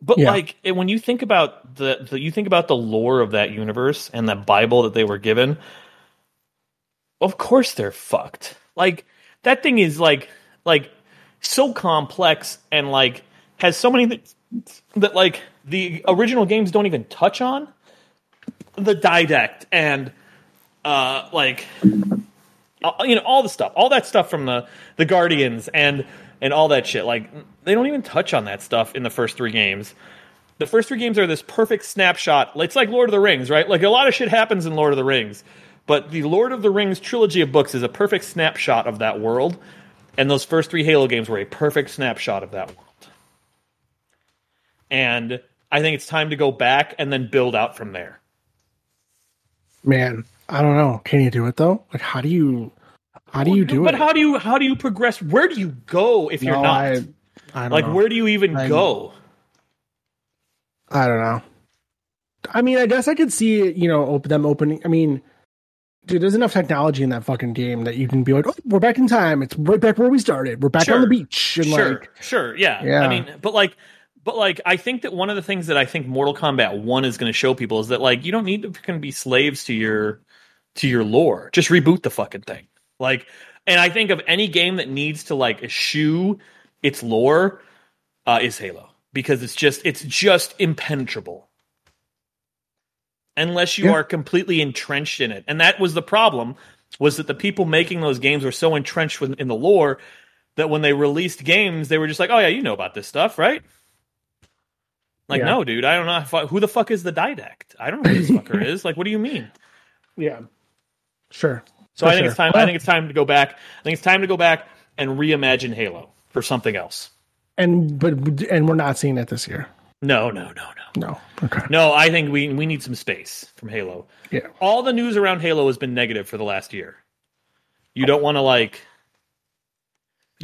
A: but
B: Yeah.
A: like and when you think about the, the you think about the lore of that universe and the Bible that they were given, of course they're fucked. Like that thing is like like so complex and like has so many things that like the original games don't even touch on the didact and uh like uh, you know all the stuff all that stuff from the the guardians and and all that shit like they don't even touch on that stuff in the first three games the first three games are this perfect snapshot it's like lord of the rings right like a lot of shit happens in lord of the rings but the lord of the rings trilogy of books is a perfect snapshot of that world and those first three halo games were a perfect snapshot of that world and i think it's time to go back and then build out from there
B: Man, I don't know. Can you do it though? Like, how do you? How do you do
A: but
B: it?
A: how do you how do you progress where do you go if you're
B: No,
A: not
B: I, I don't
A: like
B: know.
A: where do you even
B: I'm-
A: go
B: I don't know. I mean, I guess I could see you know op- them opening. I mean, dude, there's enough technology in that fucking game that you can be like, oh, we're back in time. It's right back where we started. We're back on
A: Sure.
B: the beach and
A: sure
B: like,
A: sure yeah.
B: Yeah.
A: i mean but like but like i think that one of the things that i think mortal kombat 1 is going to show people is that like you don't need to fucking be slaves to your to your lore just reboot the fucking thing like and i think of any game that needs to like eschew its lore uh, is halo because it's just it's just impenetrable unless you
B: Yeah.
A: are completely entrenched in it and that was the problem was that the people making those games were so entrenched with, in the lore that when they released games they were just like oh yeah you know about this stuff right like
B: Yeah.
A: no dude i don't know if- who the fuck is the didact i don't know who this fucker is like what do you mean
B: yeah, sure.
A: so
B: For
A: i think
B: sure.
A: it's time i
B: Well-
A: think it's time to go back i think it's time to go back and reimagine halo for something else
B: And but and we're not seeing it this year.
A: no no no no
B: No. Okay.
A: No, I think we we need some space from Halo.
B: Yeah.
A: All the news around Halo has been negative for the last year. You don't want to like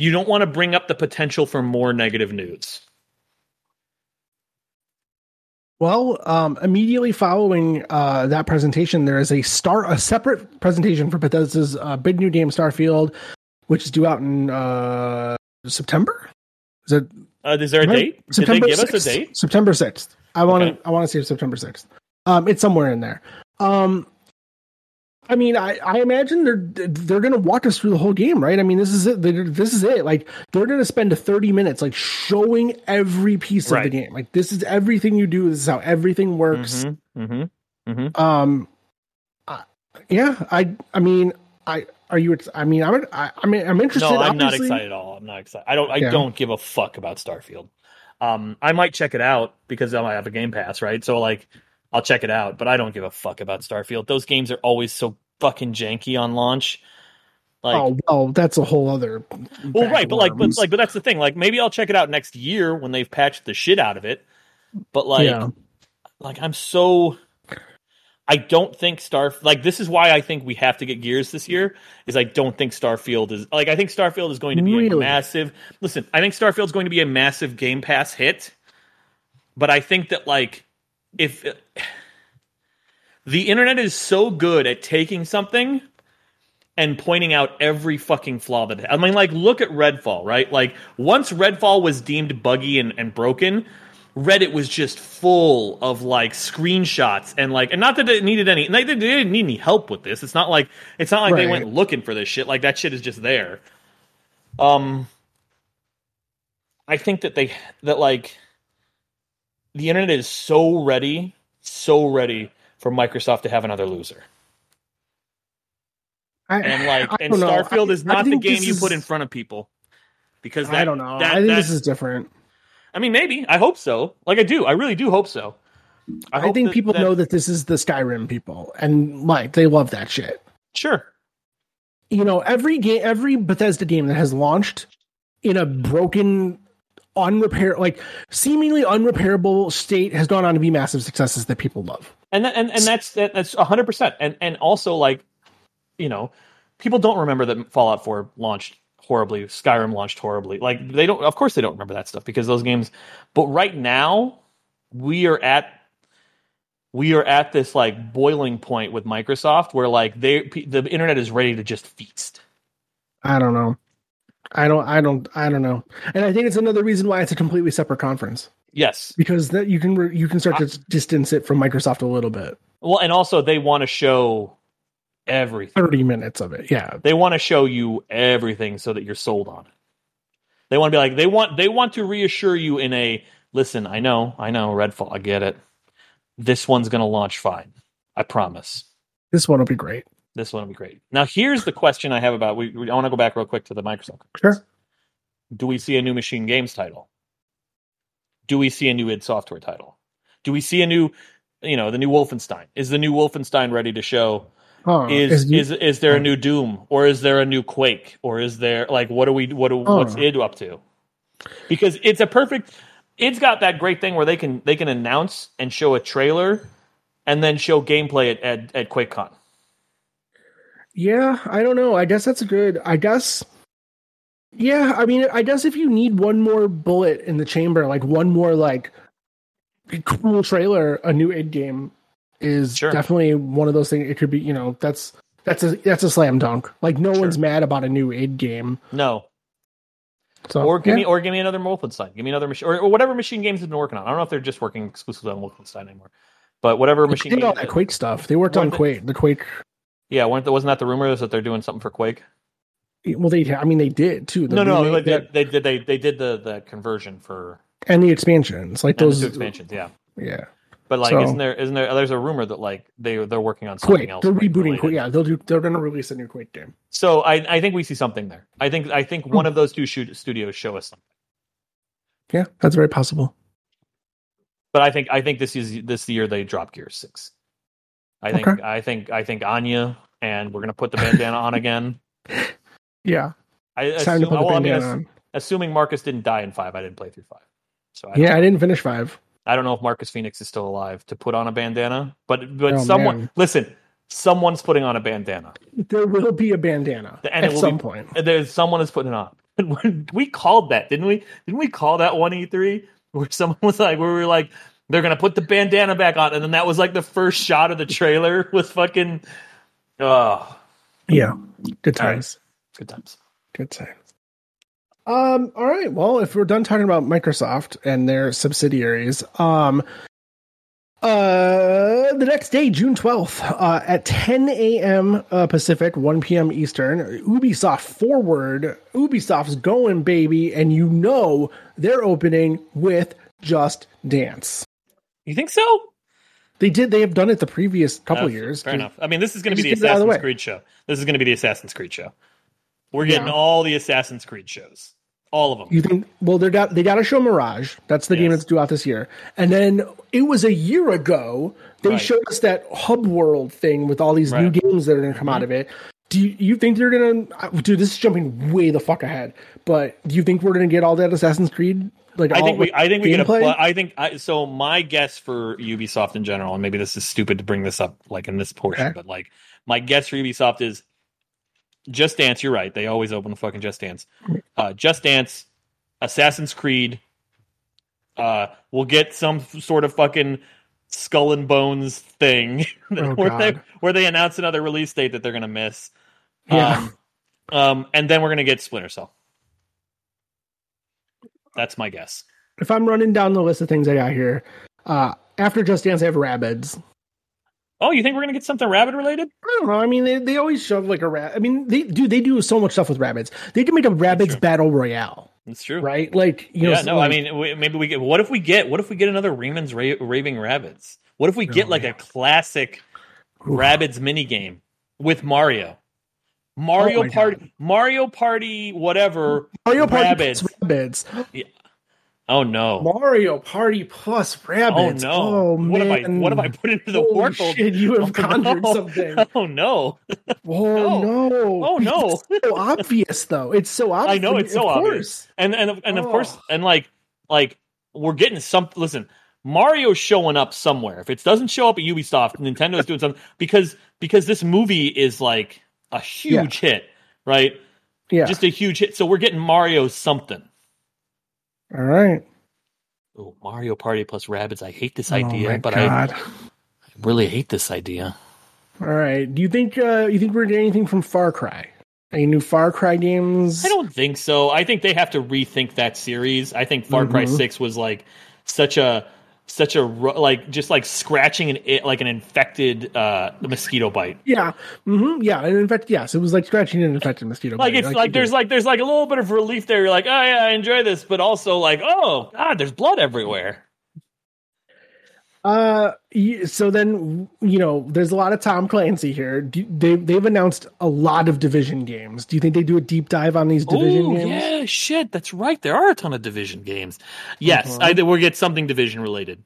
A: you don't want to bring up the potential for more negative news.
B: Well, um, immediately following uh, that presentation, there is a star a separate presentation for Bethesda's uh, big new game Starfield, which is due out in uh, September. Is it
A: Uh, is there a
B: Right.
A: date? Did they give us a date?
B: September sixth. I want to.
A: Okay.
B: I want to see if September sixth. Um, it's somewhere in there. Um, I mean, I, I imagine they're they're going to walk us through the whole game, right? I mean, this is it. They're, this is it. Like they're going to spend thirty minutes like showing every piece of the
A: Right.
B: game. Like this is everything you do. This is how everything works
A: Mm-hmm, mm-hmm, mm-hmm.
B: um I- yeah i i mean i are you i mean i'm i, I mean i'm interested
A: No, I'm not
B: obviously.
A: excited at all. I'm not excited. I don't. I
B: Yeah.
A: don't give a fuck about Starfield. Um, I might check it out because I might have a Game Pass, right? So like, I'll check it out. But I don't give a fuck about Starfield. Those games are always so fucking janky on launch. Like,
B: oh well that's a whole other
A: well
B: bag
A: right
B: of
A: but like but
B: worms.
A: like but that's the thing like maybe i'll check it out next year when they've patched the shit out of it but like
B: yeah
A: like i'm so i don't think star like this is why i think we have to get gears this year is i don't think starfield is like i think starfield is going to be a
B: Really?
A: massive listen i think starfield's going to be a massive game pass hit but i think that like if the internet is so good at taking something and pointing out every fucking flaw that I mean, like, look at Redfall, right? Like, once Redfall was deemed buggy and, and broken, Reddit was just full of like screenshots and like, and not that it needed any, they, they didn't need any help with this. It's not like it's not like they
B: Right.
A: went looking for this shit. Like that shit is just there. Um, I think that they that like the internet is so ready, so ready for Microsoft to have another loser.
B: I,
A: And like,
B: I
A: and
B: don't know.
A: Starfield
B: I-
A: is
B: I
A: not the
B: think
A: game
B: this
A: you
B: is-
A: put in front of people. Because that,
B: i don't know
A: that-
B: i think
A: that-
B: this is different
A: I mean, maybe. I hope so. Like, I do. I really do hope so.
B: i,
A: hope
B: think
A: that-
B: people
A: that-
B: know that this is the skyrim people and like they love that shit
A: Sure.
B: you know every game every bethesda game that has launched in a broken unrepair like seemingly unrepairable state has gone on to be massive successes that people love
A: and that, and and that's that, that's hundred percent. And and also like, you know, people don't remember that Fallout Four launched horribly, Skyrim launched horribly. Like they don't, of course, they don't remember that stuff because those games. But right now, we are at we are at this like boiling point with Microsoft where like they pe- the internet is ready to just feast.
B: I don't know. I don't. I don't. I don't know. And I think it's another reason why it's a completely separate conference
A: Yes.
B: because that you can re- you can start to distance it from Microsoft a little bit.
A: Well, and also they want to show everything.
B: Thirty minutes of it, yeah.
A: They want to show you everything so that you're sold on it. They want to be like they want they want to reassure you in a listen, I know, I know, Redfall, I get it. This one's going to launch fine. I promise.
B: This one will be great.
A: This one will be great. Now, here's the question I have about we, we I want to go back real quick to the Microsoft.
B: Sure.
A: Do we see a new Machine Games title? Do we see a new id Software title? Do we see a new, you know, the new Wolfenstein? Is the new Wolfenstein ready to show?
B: Oh,
A: Is
B: you- Oh.
A: is is there a new Doom or is there a new Quake or is there like what do we what do, what's
B: Oh.
A: id up to? Because it's a perfect. It's got that great thing where they can they can announce and show a trailer, and then show gameplay at at, at QuakeCon.
B: Yeah, I don't know. I guess that's a good. I guess. Yeah, I mean, I guess if you need one more bullet in the chamber, like one more like cool trailer, a new id game is
A: Sure.
B: definitely one of those things. It could be, you know, that's that's a that's a slam dunk. Like no
A: Sure.
B: one's mad about a new id game.
A: No,
B: So
A: or give
B: yeah.
A: me or give me another Wolfenstein. Give me another machine or, or whatever machine games have been working on. I don't know if they're just working exclusively on Wolfenstein anymore, but whatever
B: They
A: machine
B: did all
A: games.
B: that Quake stuff. They worked on
A: Wasn't it-
B: Quake. The Quake.
A: yeah, weren't, there- wasn't that the rumor is that they're doing something for Quake?
B: Well, they. I mean, they did too. The
A: no, no,
B: remake-
A: like they, they did they they did the the conversion for
B: and the expansions, like
A: and the
B: those
A: two expansions. Yeah,
B: Yeah,
A: but like,
B: So-
A: isn't there isn't there? There's a rumor that like they they're working on something
B: Quake.
A: else.
B: They're
A: Quake
B: rebooting
A: related.
B: Quake. Yeah, they'll do. They're gonna release a new Quake game.
A: So I I think we see something there. I think I
B: Hmm.
A: think one of those two shoot, studios show us something.
B: Yeah, that's very possible.
A: But I think I think this is this year they drop Gear Six. I think
B: Okay.
A: I think I think Anya and we're gonna put the bandana on again.
B: Yeah,
A: I
B: it's time to
A: assume, oh,
B: put the
A: well, I mean,
B: bandana
A: ass-
B: on.
A: assuming Marcus didn't die in five, I didn't play through five, so I don't,
B: Yeah, I didn't finish five.
A: I don't know if Marcus Phoenix is still alive to put on a bandana. But but
B: Oh,
A: someone
B: man.
A: listen, someone's putting on a bandana.
B: There will be a bandana
A: And it
B: at
A: will
B: some
A: be-
B: point.
A: There's someone is putting it on. And when- we called that, didn't we? Didn't we call that one E three where someone was like, where we were like, they're gonna put the bandana back on, and then that was like the first shot of the trailer with fucking, oh,
B: Yeah, good
A: All right.
B: times.
A: good times.
B: Good times. Um. All right. Well, if we're done talking about Microsoft and their subsidiaries, um, uh, the next day, June twelfth, uh, at ten a.m. Uh, Pacific, one p.m. Eastern, Ubisoft Forward, Ubisoft's going baby, and you know they're opening with Just Dance.
A: You think so?
B: They did. They have done it the previous couple
A: Uh,
B: years.
A: Fair enough. I mean, this is going to be the
B: Just get it out of the
A: Assassin's
B: way.
A: Creed show. This is going to be the Assassin's Creed show. We're getting
B: Yeah.
A: all the Assassin's Creed shows, all of them.
B: You think? Well, they got they got to show Mirage. That's the game
A: Yes.
B: that's due out this year. And then it was a year ago they
A: Right.
B: showed us that Hub World thing with all these new
A: Right. Mm-hmm.
B: games that are going to come out of it. Do you, you think they're going to? Dude, this is jumping way the fuck ahead. But do you think we're going to get all that Assassin's Creed? Like
A: I
B: all
A: think we, I think we get a,
B: gameplay?
A: pl- I think I, so. My guess for Ubisoft in general, and maybe this is stupid to bring this up like in this portion,
B: Okay.
A: but like my guess for Ubisoft is Just Dance. You're right; they always open with fucking Just Dance. Uh, Just Dance, Assassin's Creed. Uh, we'll get some f- sort of fucking skull and bones thing
B: Oh,
A: where they
B: God.
A: where they announce another release date that they're gonna miss.
B: Yeah.
A: Um, um, and then we're gonna get Splinter Cell. That's my guess.
B: if I'm running down the list of things I got here, uh, after Just Dance, I have Rabbids.
A: Oh, you think we're gonna get something rabbit related?
B: I don't know. I mean, they, they always shove like a rat. I mean, they do they do so much stuff with rabbits. They can make a rabbits
A: true.
B: battle royale,
A: That's true.
B: right? Like you know,
A: yeah,
B: so,
A: no, I
B: like-
A: mean, we, maybe we get. What if we get? What if we get another Raymond's Ra- Raving Rabbits? What if we get
B: Oh,
A: like
B: yeah.
A: a classic
B: Oof.
A: Rabbits minigame with Mario, Mario
B: Oh my
A: Party, Mario Party, whatever.
B: Mario Party
A: Rabbids.
B: plus rabbits.
A: Oh no!
B: Mario Party plus
A: Oh
B: rabbits.
A: no!
B: Oh
A: what
B: man!
A: have I? What have I put into the
B: Holy
A: portal?
B: shit, you have
A: Oh,
B: conjured
A: no.
B: something.
A: Oh no!
B: Oh no!
A: Oh, no.
B: It's so obvious though. It's so obvious.
A: I know, it's so
B: Of
A: obvious.
B: course.
A: And and and of
B: Oh.
A: course, and like like we're getting some. Listen, Mario's showing up somewhere. If it doesn't show up at Ubisoft, Nintendo's doing something because because this movie is like a huge hit, right?
B: Yeah.
A: Just a huge hit. So we're getting Mario something.
B: All right.
A: Oh, Mario Party plus Rabbits. I hate this
B: oh my
A: idea, but I,
B: God.
A: I really hate this idea.
B: All right. Do you think uh, you think we're getting anything from Far Cry? Any new Far Cry games?
A: I don't think so. I think they have to rethink that series. I think Far Cry
B: Mhm. Six
A: Six was like such a such a like just like scratching an like an infected uh, mosquito bite.
B: Yeah. hmm Yeah. And in fact, yes, it was like scratching an infected mosquito.
A: Like
B: bite,
A: it's like
B: you
A: there's
B: do.
A: like there's like a little bit of relief there. You're like, oh yeah, I enjoy this, but also like, oh god, there's blood everywhere.
B: Uh, y- so then you know, there's a lot of Tom Clancy here. Do, they they've announced a lot of division games. Do you think they do a deep dive on these division
A: Oh
B: games?
A: yeah, shit, that's right. There are a ton of division games. Yes,
B: Mhm.
A: I think we'll get something division related.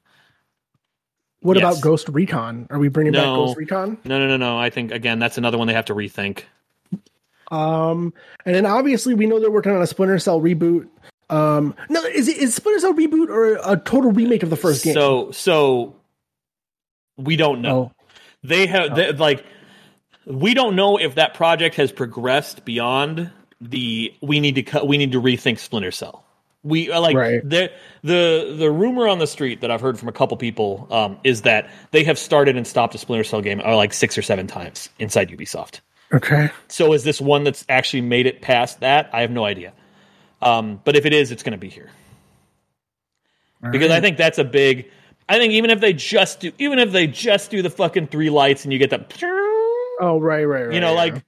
B: What
A: Yes.
B: about Ghost Recon? Are we bringing back
A: No.
B: Ghost Recon?
A: No, no, no, no. I think again, that's another one they have to rethink.
B: Um, and then obviously we know they're working on a Splinter Cell reboot. Um, no, is it is Splinter Cell reboot or a total remake of the first game?
A: So, so we don't know.
B: no.
A: They have they, like we don't know if that project has progressed beyond the we need to cut we need to rethink Splinter Cell. We uh, like
B: Right.
A: the the the rumor on the street that I've heard from a couple people um, is that they have started and stopped a Splinter Cell game uh, like six or seven times inside Ubisoft.
B: Oh, Okay.
A: So is this one that's actually made it past that? I have no idea. Um, but if it is, it's going to be here because I think that's a big. I think even if they just do, even if they just do the fucking three lights and you get that, you
B: Oh right, right, right.
A: know,
B: yeah.
A: like,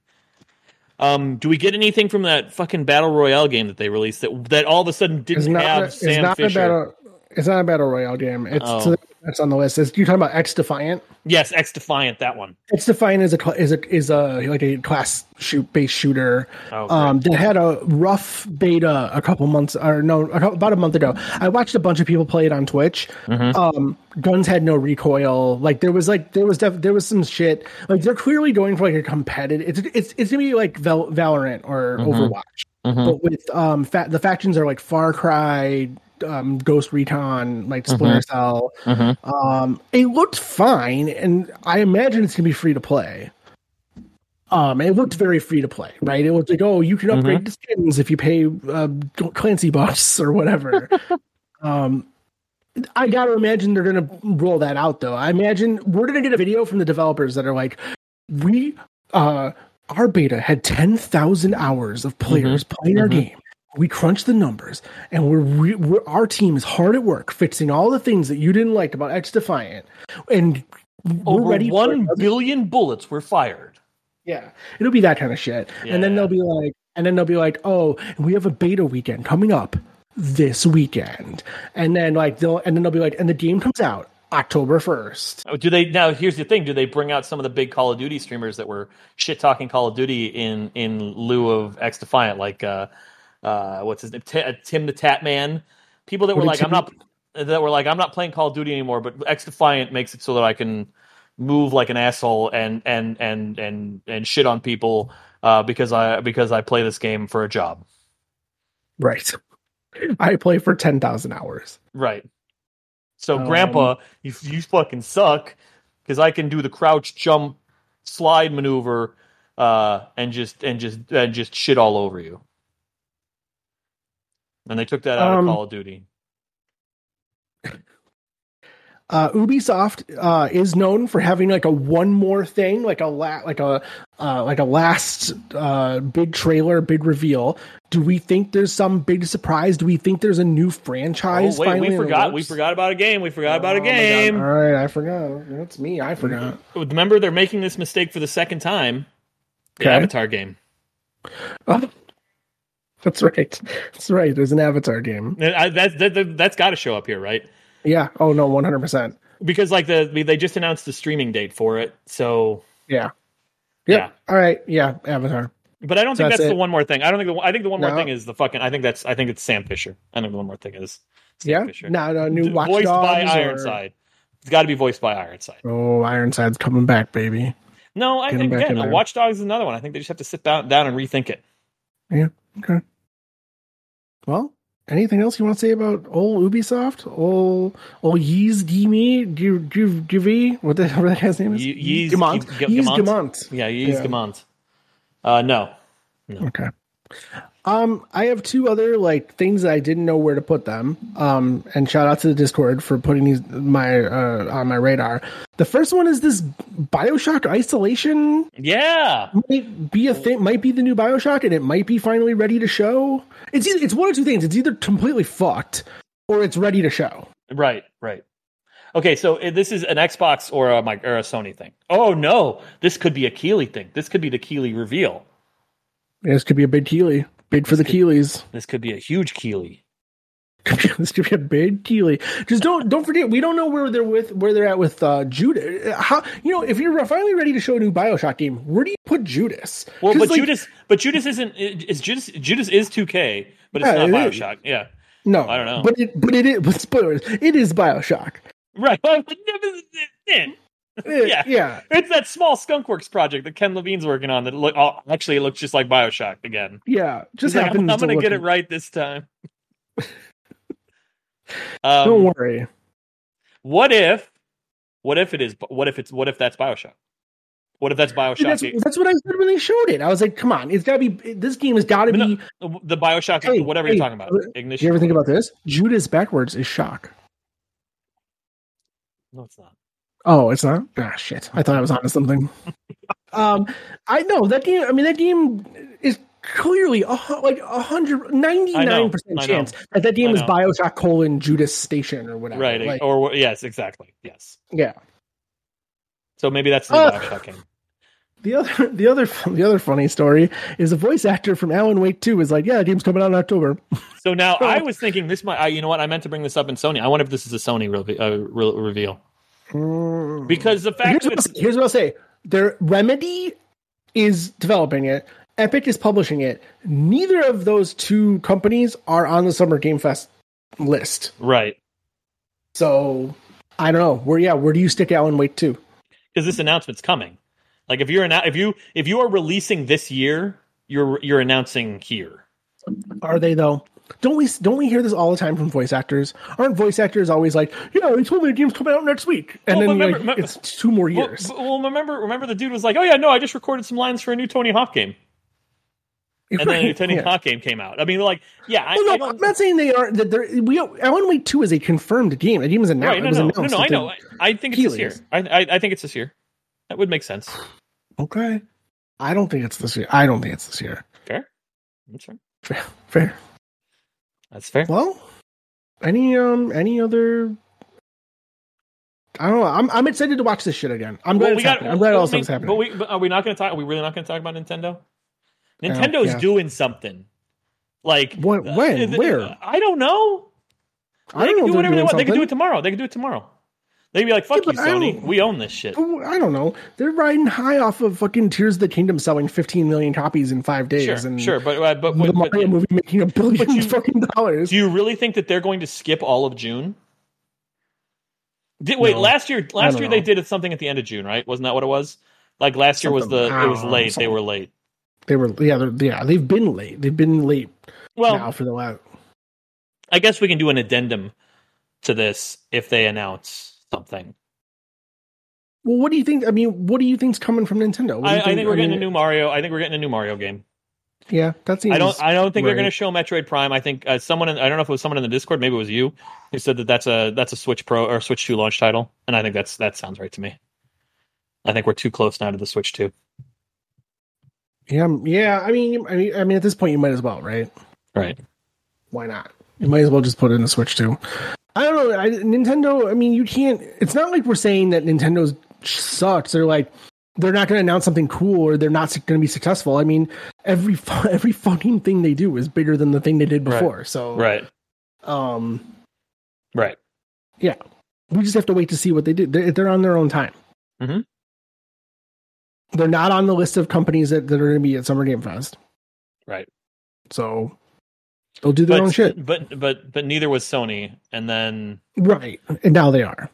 A: um, do we get anything from that fucking battle royale game that they released that that all of a sudden
B: it's
A: didn't
B: not
A: have
B: a, it's
A: Sam
B: not
A: Fisher?
B: a battle. It's not a battle royale game. It's
A: Oh.
B: so that's on the list. It's, you're talking about X Defiant.
A: Yes, X Defiant, that one.
B: It's defined as a cla- is a is a like a class shoot based shooter.
A: Oh, great.
B: um, that had a rough beta a couple months or no a couple, about a month ago. I watched a bunch of people play it on Twitch.
A: Mm-hmm.
B: Um, guns had no recoil. Like there was like there was def- there was some shit. Like they're clearly going for like a competitive. It's it's it's gonna be like Val- Valorant or
A: Mm-hmm.
B: Overwatch, but with um fa- the factions are like Far Cry. Um, Ghost Recon, like Splinter Cell, um, it looked fine, and I imagine it's gonna be free to play. Um, it looked very free to play, right? It looked like, oh, you can upgrade the skins if you pay uh, Clancy bucks or whatever. um, I gotta imagine they're gonna roll that out, though. I imagine we're gonna get a video from the developers that are like, we, uh, our beta had ten thousand hours of players
A: Mm-hmm.
B: playing our game. We crunched the numbers, and we're, re- we're our team is hard at work fixing all the things that you didn't like about X Defiant, and we're
A: Over
B: ready. for
A: one
B: another
A: billion bullets were fired.
B: yeah, it'll be that kind of shit. And then
A: Yeah.
B: they'll be like, and then they'll be like, oh, we have a beta weekend coming up this weekend. And then like they'll, and then they'll be like, and the game comes out October first.
A: Oh, Do they now? Here's the thing: Do they bring out some of the big Call of Duty streamers that were shit talking Call of Duty in in lieu of X Defiant, like uh, uh, what's his name, T- uh, Tim the Tap Man? People that were
B: did
A: like,
B: Tim-
A: I'm not that were like, I'm not playing Call of Duty anymore, but X Defiant makes it so that I can move like an asshole and and and and and shit on people uh, because I because I play this game for a job,
B: Right. I play for ten thousand hours.
A: right? So,
B: Um,
A: Grandpa, you you fucking suck because I can do the crouch jump slide maneuver uh, and just and just and just shit all over you. And they took that out
B: Um,
A: of Call of Duty.
B: Uh, Ubisoft uh, is known for having like a one more thing, like a la- like a uh, like a last uh, big trailer, big reveal. Do we think there's some big surprise? Do we think there's a new
A: Oh,
B: franchise?
A: wait,
B: finally in
A: we
B: the
A: forgot. We
B: works?
A: forgot about a game. We forgot about a
B: Oh my God.
A: game.
B: All right, I forgot. That's me. I forgot.
A: Remember, they're making this mistake for the second time. The
B: Okay.
A: Avatar game.
B: Oh, that's right. That's right. There's an Avatar game.
A: And I, that, that, that, that's got to show up here, right?
B: Yeah. Oh no, 100. percent
A: Because like the they just announced the streaming date for it. So
B: Yeah. Yep.
A: Yeah.
B: All right. Yeah. Avatar.
A: But I don't
B: So
A: think
B: that's
A: that's,
B: it.
A: the one more thing. I don't think the one- I think the one
B: No.
A: more thing is the fucking. I think that's I think it's Sam Fisher. I think the one more thing is Sam
B: Yeah.
A: Fisher.
B: No, no. New
A: D-
B: Watch
A: voiced by
B: Dogs or-
A: Ironside. It's got to be voiced by Ironside.
B: Oh, Ironside's coming back, baby.
A: No, I
B: Get 'em
A: think
B: back
A: again,
B: in there.
A: uh, Watch Dogs is another one. I think they just have to sit down, down and rethink it.
B: Well, anything else you want to say about old Ubisoft? Old old Yeez Gimi Givy? What the whatever that guy's name is?
A: Ye- Yeez
B: Gimont.
A: G-
B: Yeez
A: Gimont?
B: Gimont.
A: Yeah, you use
B: Yeah.
A: Gamont. Uh, no,
B: Okay. Um, I have two other like things that I didn't know where to put them. Um, and shout out to the Discord for putting these my uh, on my radar. The first one is this Bioshock Isolation
A: Yeah.
B: might be a thing, might be the new Bioshock, and it might be finally ready to show. It's either, it's one of two things. It's either completely fucked or it's ready to show.
A: Right. Right. Okay. So uh, this is an Xbox or a mic or a Sony thing. Oh no, this could be a Keeley thing. This could be the Keeley reveal.
B: This could be a big Keeley, big for the
A: This could-
B: Keeleys.
A: This could be a huge Keeley.
B: Could be- this could be a big Keeley. Just don't don't forget we don't know where they're with where they're at with uh, Judas. How you know if you're finally ready to show a new Bioshock game, where do you put Judas?
A: Well,
B: 'Cause,
A: but
B: like,
A: Judas, but Judas isn't. Is Judas? Judas is 2K, but it's
B: Yeah,
A: not
B: it is.
A: Bioshock. Yeah.
B: no,
A: I don't know.
B: But it but it is but spoilers. It is Bioshock.
A: Right. It's
B: Eh,
A: Yeah.
B: yeah.
A: that small Skunkworks project that Ken Levine's working on that look, oh, actually it looks just like Bioshock again.
B: Yeah, just
A: He's like,
B: happens.
A: I'm, I'm
B: to
A: gonna get it
B: look-
A: right this time. um,
B: Don't worry.
A: What if? What if it is? What if it's? What if that's Bioshock? What if that's Bioshock?
B: That's,
A: eight-
B: that's what I said when they showed it. I was like, "Come on, it's gotta be. This game has gotta
A: No,
B: be."
A: the Bioshock,
B: Hey,
A: whatever
B: hey,
A: you're talking about,
B: Did
A: ignition.
B: you ever think about this? Judas backwards is shock.
A: No, it's not.
B: Oh, it's not. Ah, shit. I thought I was onto something. um, I know that game. I mean, that game is clearly a, hu- like a hundred ninety nine percent
A: I know.
B: chance that that game
A: I
B: is
A: know.
B: Bioshock colon Judas Station or whatever.
A: Right?
B: Like,
A: or yes, exactly. Yes.
B: yeah.
A: So maybe that's the
B: Uh,
A: Bioshock game.
B: The other, the other, the other funny story is the voice actor from Alan Wake Two is like, yeah, the game's coming out in October.
A: So now I was thinking this might. I, you know what? I meant to bring this up in Sony. I wonder if this is a Sony re- uh, re- reveal
B: Hmm.
A: because the fact
B: here's
A: that
B: what,
A: it's,
B: I'll- here's what I'll say: their remedy is developing it. Epic is publishing it. Neither of those two companies are on the Summer Game Fest list.
A: right
B: So I don't know where. Yeah, where do you stick Alan Wake two?
A: because this announcement's coming. Like if you're an, if you if you are releasing this year, you're you're announcing here.
B: Are they though? Don't we don't we hear this all the time from voice actors? Aren't voice actors always like, yeah, they told me the game's coming out next week, and
A: Well,
B: then
A: but
B: like,
A: remember-
B: it's two more
A: Well,
B: years.
A: but- well, remember remember the dude was like, oh yeah, no, I just recorded some lines for a new Tony Hawk game, and then the
B: Right,
A: Tony
B: yeah.
A: Hawk game came out. I mean, like, yeah, I, I
B: Well, no, I'm
A: don't-
B: not saying they aren't. That they're, we Alan Wake two is a confirmed game. That game was announced.
A: right, no,
B: it was
A: no, no,
B: announced
A: no, I
B: that they-
A: know. I, I think it's this year.
B: Keeley's.
A: I, I I think it's this year. That would make sense.
B: Okay. I don't think it's this year. I don't think it's this year.
A: That's fair.
B: Fair.
A: That's fair.
B: Well, any um any other I don't know. I'm I'm excited to watch this shit again. I'm glad
A: Well,
B: it's happening. I'm glad
A: well,
B: all stuff's
A: I mean,
B: happening.
A: But, we, but are we not going to talk? Are we really not going to talk about Nintendo?
B: Yeah,
A: Nintendo's
B: yeah.
A: doing something. Like
B: What-
A: uh,
B: when?
A: th- th-
B: Where?
A: I don't know. They
B: I don't
A: can
B: know
A: do
B: if
A: whatever they want. They
B: they're
A: can do
B: doing
A: it tomorrow. They can do it tomorrow. They'd be like, "Fuck
B: Yeah,
A: you,
B: but I
A: Sony.
B: don't-
A: We own this shit."
B: something. I don't know. They're riding high off of fucking Tears of the Kingdom selling 15 million copies in five days,
A: Sure,
B: and
A: sure. But uh, but,
B: the
A: but,
B: Mario
A: but do
B: movie making a billion
A: you-
B: fucking dollars.
A: you really think that they're going to skip all of June? Did, wait,
B: No.
A: last year, last
B: don't
A: year they
B: know.
A: did something at the end of June, right? Wasn't that what it was? Like last year was the
B: Something.
A: it was
B: I don't know,
A: late. They
B: something.
A: were late.
B: they were yeah they're, yeah they've been late. They've been late
A: Well,
B: now for the last.
A: I guess we can do an addendum to this if they announce something.
B: Well, what do you think? I mean, what do you think's coming from Nintendo? What do
A: I,
B: you
A: I think we're getting
B: mean,
A: a new Mario. I think we're getting a new Mario game.
B: Yeah, that seems.
A: I don't. I don't think they're
B: right.
A: going to show Metroid Prime. I think uh, someone. In, I don't know if it was someone in the Discord. Maybe it was you who said that that's a that's a Switch Pro or Switch Two launch title. And I think that's that sounds right to me. I think we're too close now to the Switch Two.
B: Yeah, um, yeah. I mean, I mean, I mean, at this point, you might as well, right?
A: Right.
B: Why not? You might as well just put in a Switch too. I don't know. I, Nintendo. I mean, you can't. It's not like we're saying that Nintendo's sucks. They're like they're not going to announce something cool or they're not going to be successful. I mean, every fu- every fucking thing they do is bigger than the thing they did
A: Right.
B: before. So,
A: Right.
B: um,
A: Right.
B: we just have to wait to see what they do. They're, they're on their own time.
A: Mhm.
B: They're not on the list of companies that, that are going to be at Summer Game Fest.
A: Right.
B: So they'll do their own shit.
A: But but but neither was Sony. And then
B: Right. And now they are.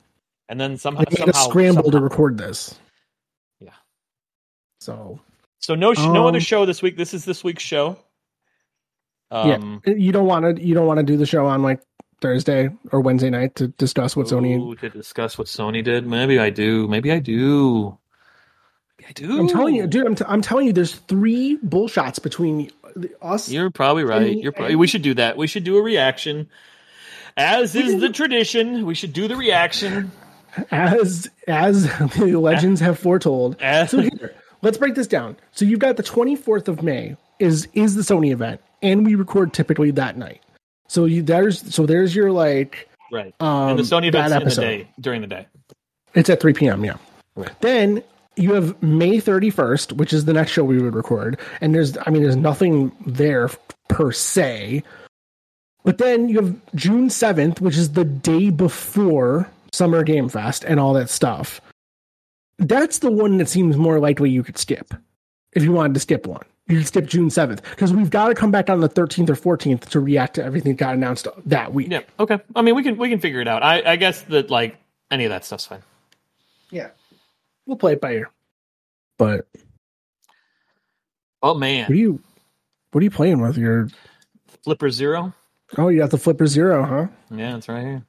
A: and then somehow
B: They made a
A: somehow
B: scramble to
A: somehow-
B: record this.
A: Yeah.
B: So
A: So no sh- no other
B: Um,
A: show this week. This is this week's show. Um,
B: you don't want to you don't want to do the show on like Thursday or Wednesday night to discuss what Sony
A: Ooh, to discuss what Sony did. Maybe I do. Maybe I do.
C: I do.
B: I'm telling you, dude. I'm, t- I'm telling you, there's three bullshots between the- us.
A: You're probably right.
B: And-
A: You're probably. We should do that. We should do a reaction. As is the tradition, we should do the reaction.
B: as as the legends have foretold.
A: As-
B: So here, let's break this down. So you've got the 24th of May is is the Sony event, and we record typically that night. So you there's so there's your like
A: Right.
B: um
A: and the Sony events
B: that
A: in the
B: episode.
A: day during the day.
B: It's at 3 p.m. Yeah.
A: Right.
B: Then you have May 31st, which is the next show we would record, and there's I mean there's nothing there per se. But then you have June 7th, which is the day before Summer Game Fest and all that stuff. That's the one that seems more likely you could skip if you wanted to skip one. You could skip June 7th because we've got to come back on the 13th or 14th to react to everything that got announced that week.
A: Yeah. Okay. I mean, we can we can figure it out. I I guess that like any of that stuff's fine.
B: yeah. We'll play it by ear. But
A: Oh
B: What
A: man,
B: are you what are you playing with? Your
A: Flipper Zero.
B: oh you got the flipper zero, huh?
A: Yeah, it's right here.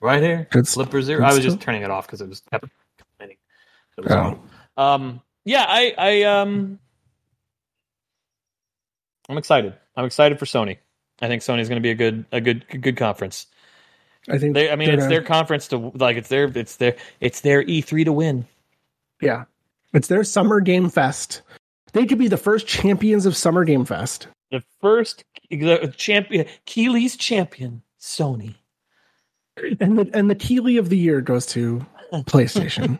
A: Right here.
B: Good s-
A: Flipper Zero.
B: good
A: I was just
B: stuff.
A: turning it off because it was kept complaining. It was
B: Oh.
A: on. Um yeah, I I um I'm excited. I'm excited for Sony. I think Sony's going to be a good a good good conference.
B: I think
A: They I mean
B: they're
A: it's
B: gonna-
A: their conference to like it's their it's their it's their E3 to win.
B: yeah. It's their summer game fest. They could be the first champions of summer game fest.
A: The first the champion Keeley's champion Sony.
B: And the and the Keeley of the year goes to PlayStation.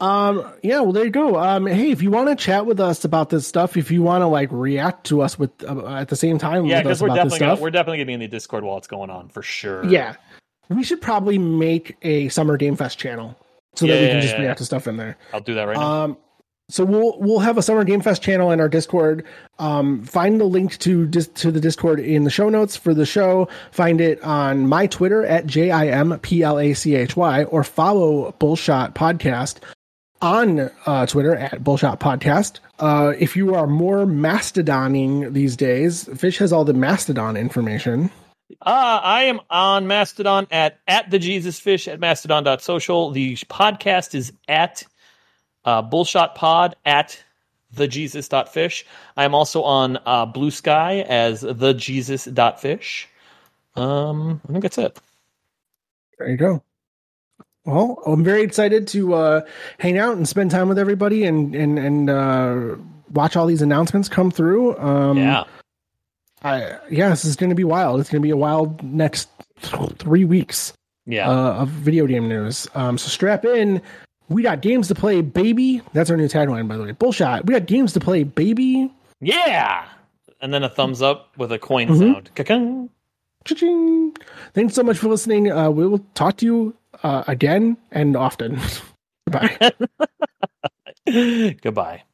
B: um yeah, well there you go. Um hey, if you want to chat with us about this stuff, if you want to like react to us with uh, at the same time
A: Yeah,
B: with
A: because
B: us
A: we're
B: about this
A: definitely
B: stuff.
A: gonna, we're definitely gonna be in the Discord while it's going on for sure.
B: yeah. We should probably make a summer game fest channel so
A: Yeah,
B: that we
A: yeah,
B: can just
A: yeah,
B: react to stuff in there.
A: I'll do that right now.
B: Um, so we'll we'll have a summer game fest channel in our Discord. Um, find the link to dis- to the Discord in the show notes for the show. Find it on my Twitter at j i m p l a c h y or follow Bullshot Podcast on uh, Twitter at Bullshot Podcast. Uh, if you are more mastodoning these days, Fish has all the mastodon information.
A: Uh, I am on Mastodon at at the Jesus Fish at mastodon.social. The podcast is at uh, Bullshot Pod at the Jesus.fish. I am also on uh, Blue Sky as the Jesus.fish. Um, I think that's it.
B: There you go. Well, I'm very excited to uh, hang out and spend time with everybody and and and uh, watch all these announcements come through. Um,
A: yeah.
B: I, yeah, this is going to be wild. It's going to be a wild next th- three weeks
A: Yeah.
B: uh, of video game news. Um, so strap in. We got games to play, baby. That's our new tagline, by the way. Bullshot. We got games to play, baby.
A: yeah. And then a thumbs up with a coin
B: Mhm.
A: sound. Ka-kung.
B: Cha-ching. Thanks so much for listening. Uh, we will talk to you uh, again and often. Bye.
A: Goodbye.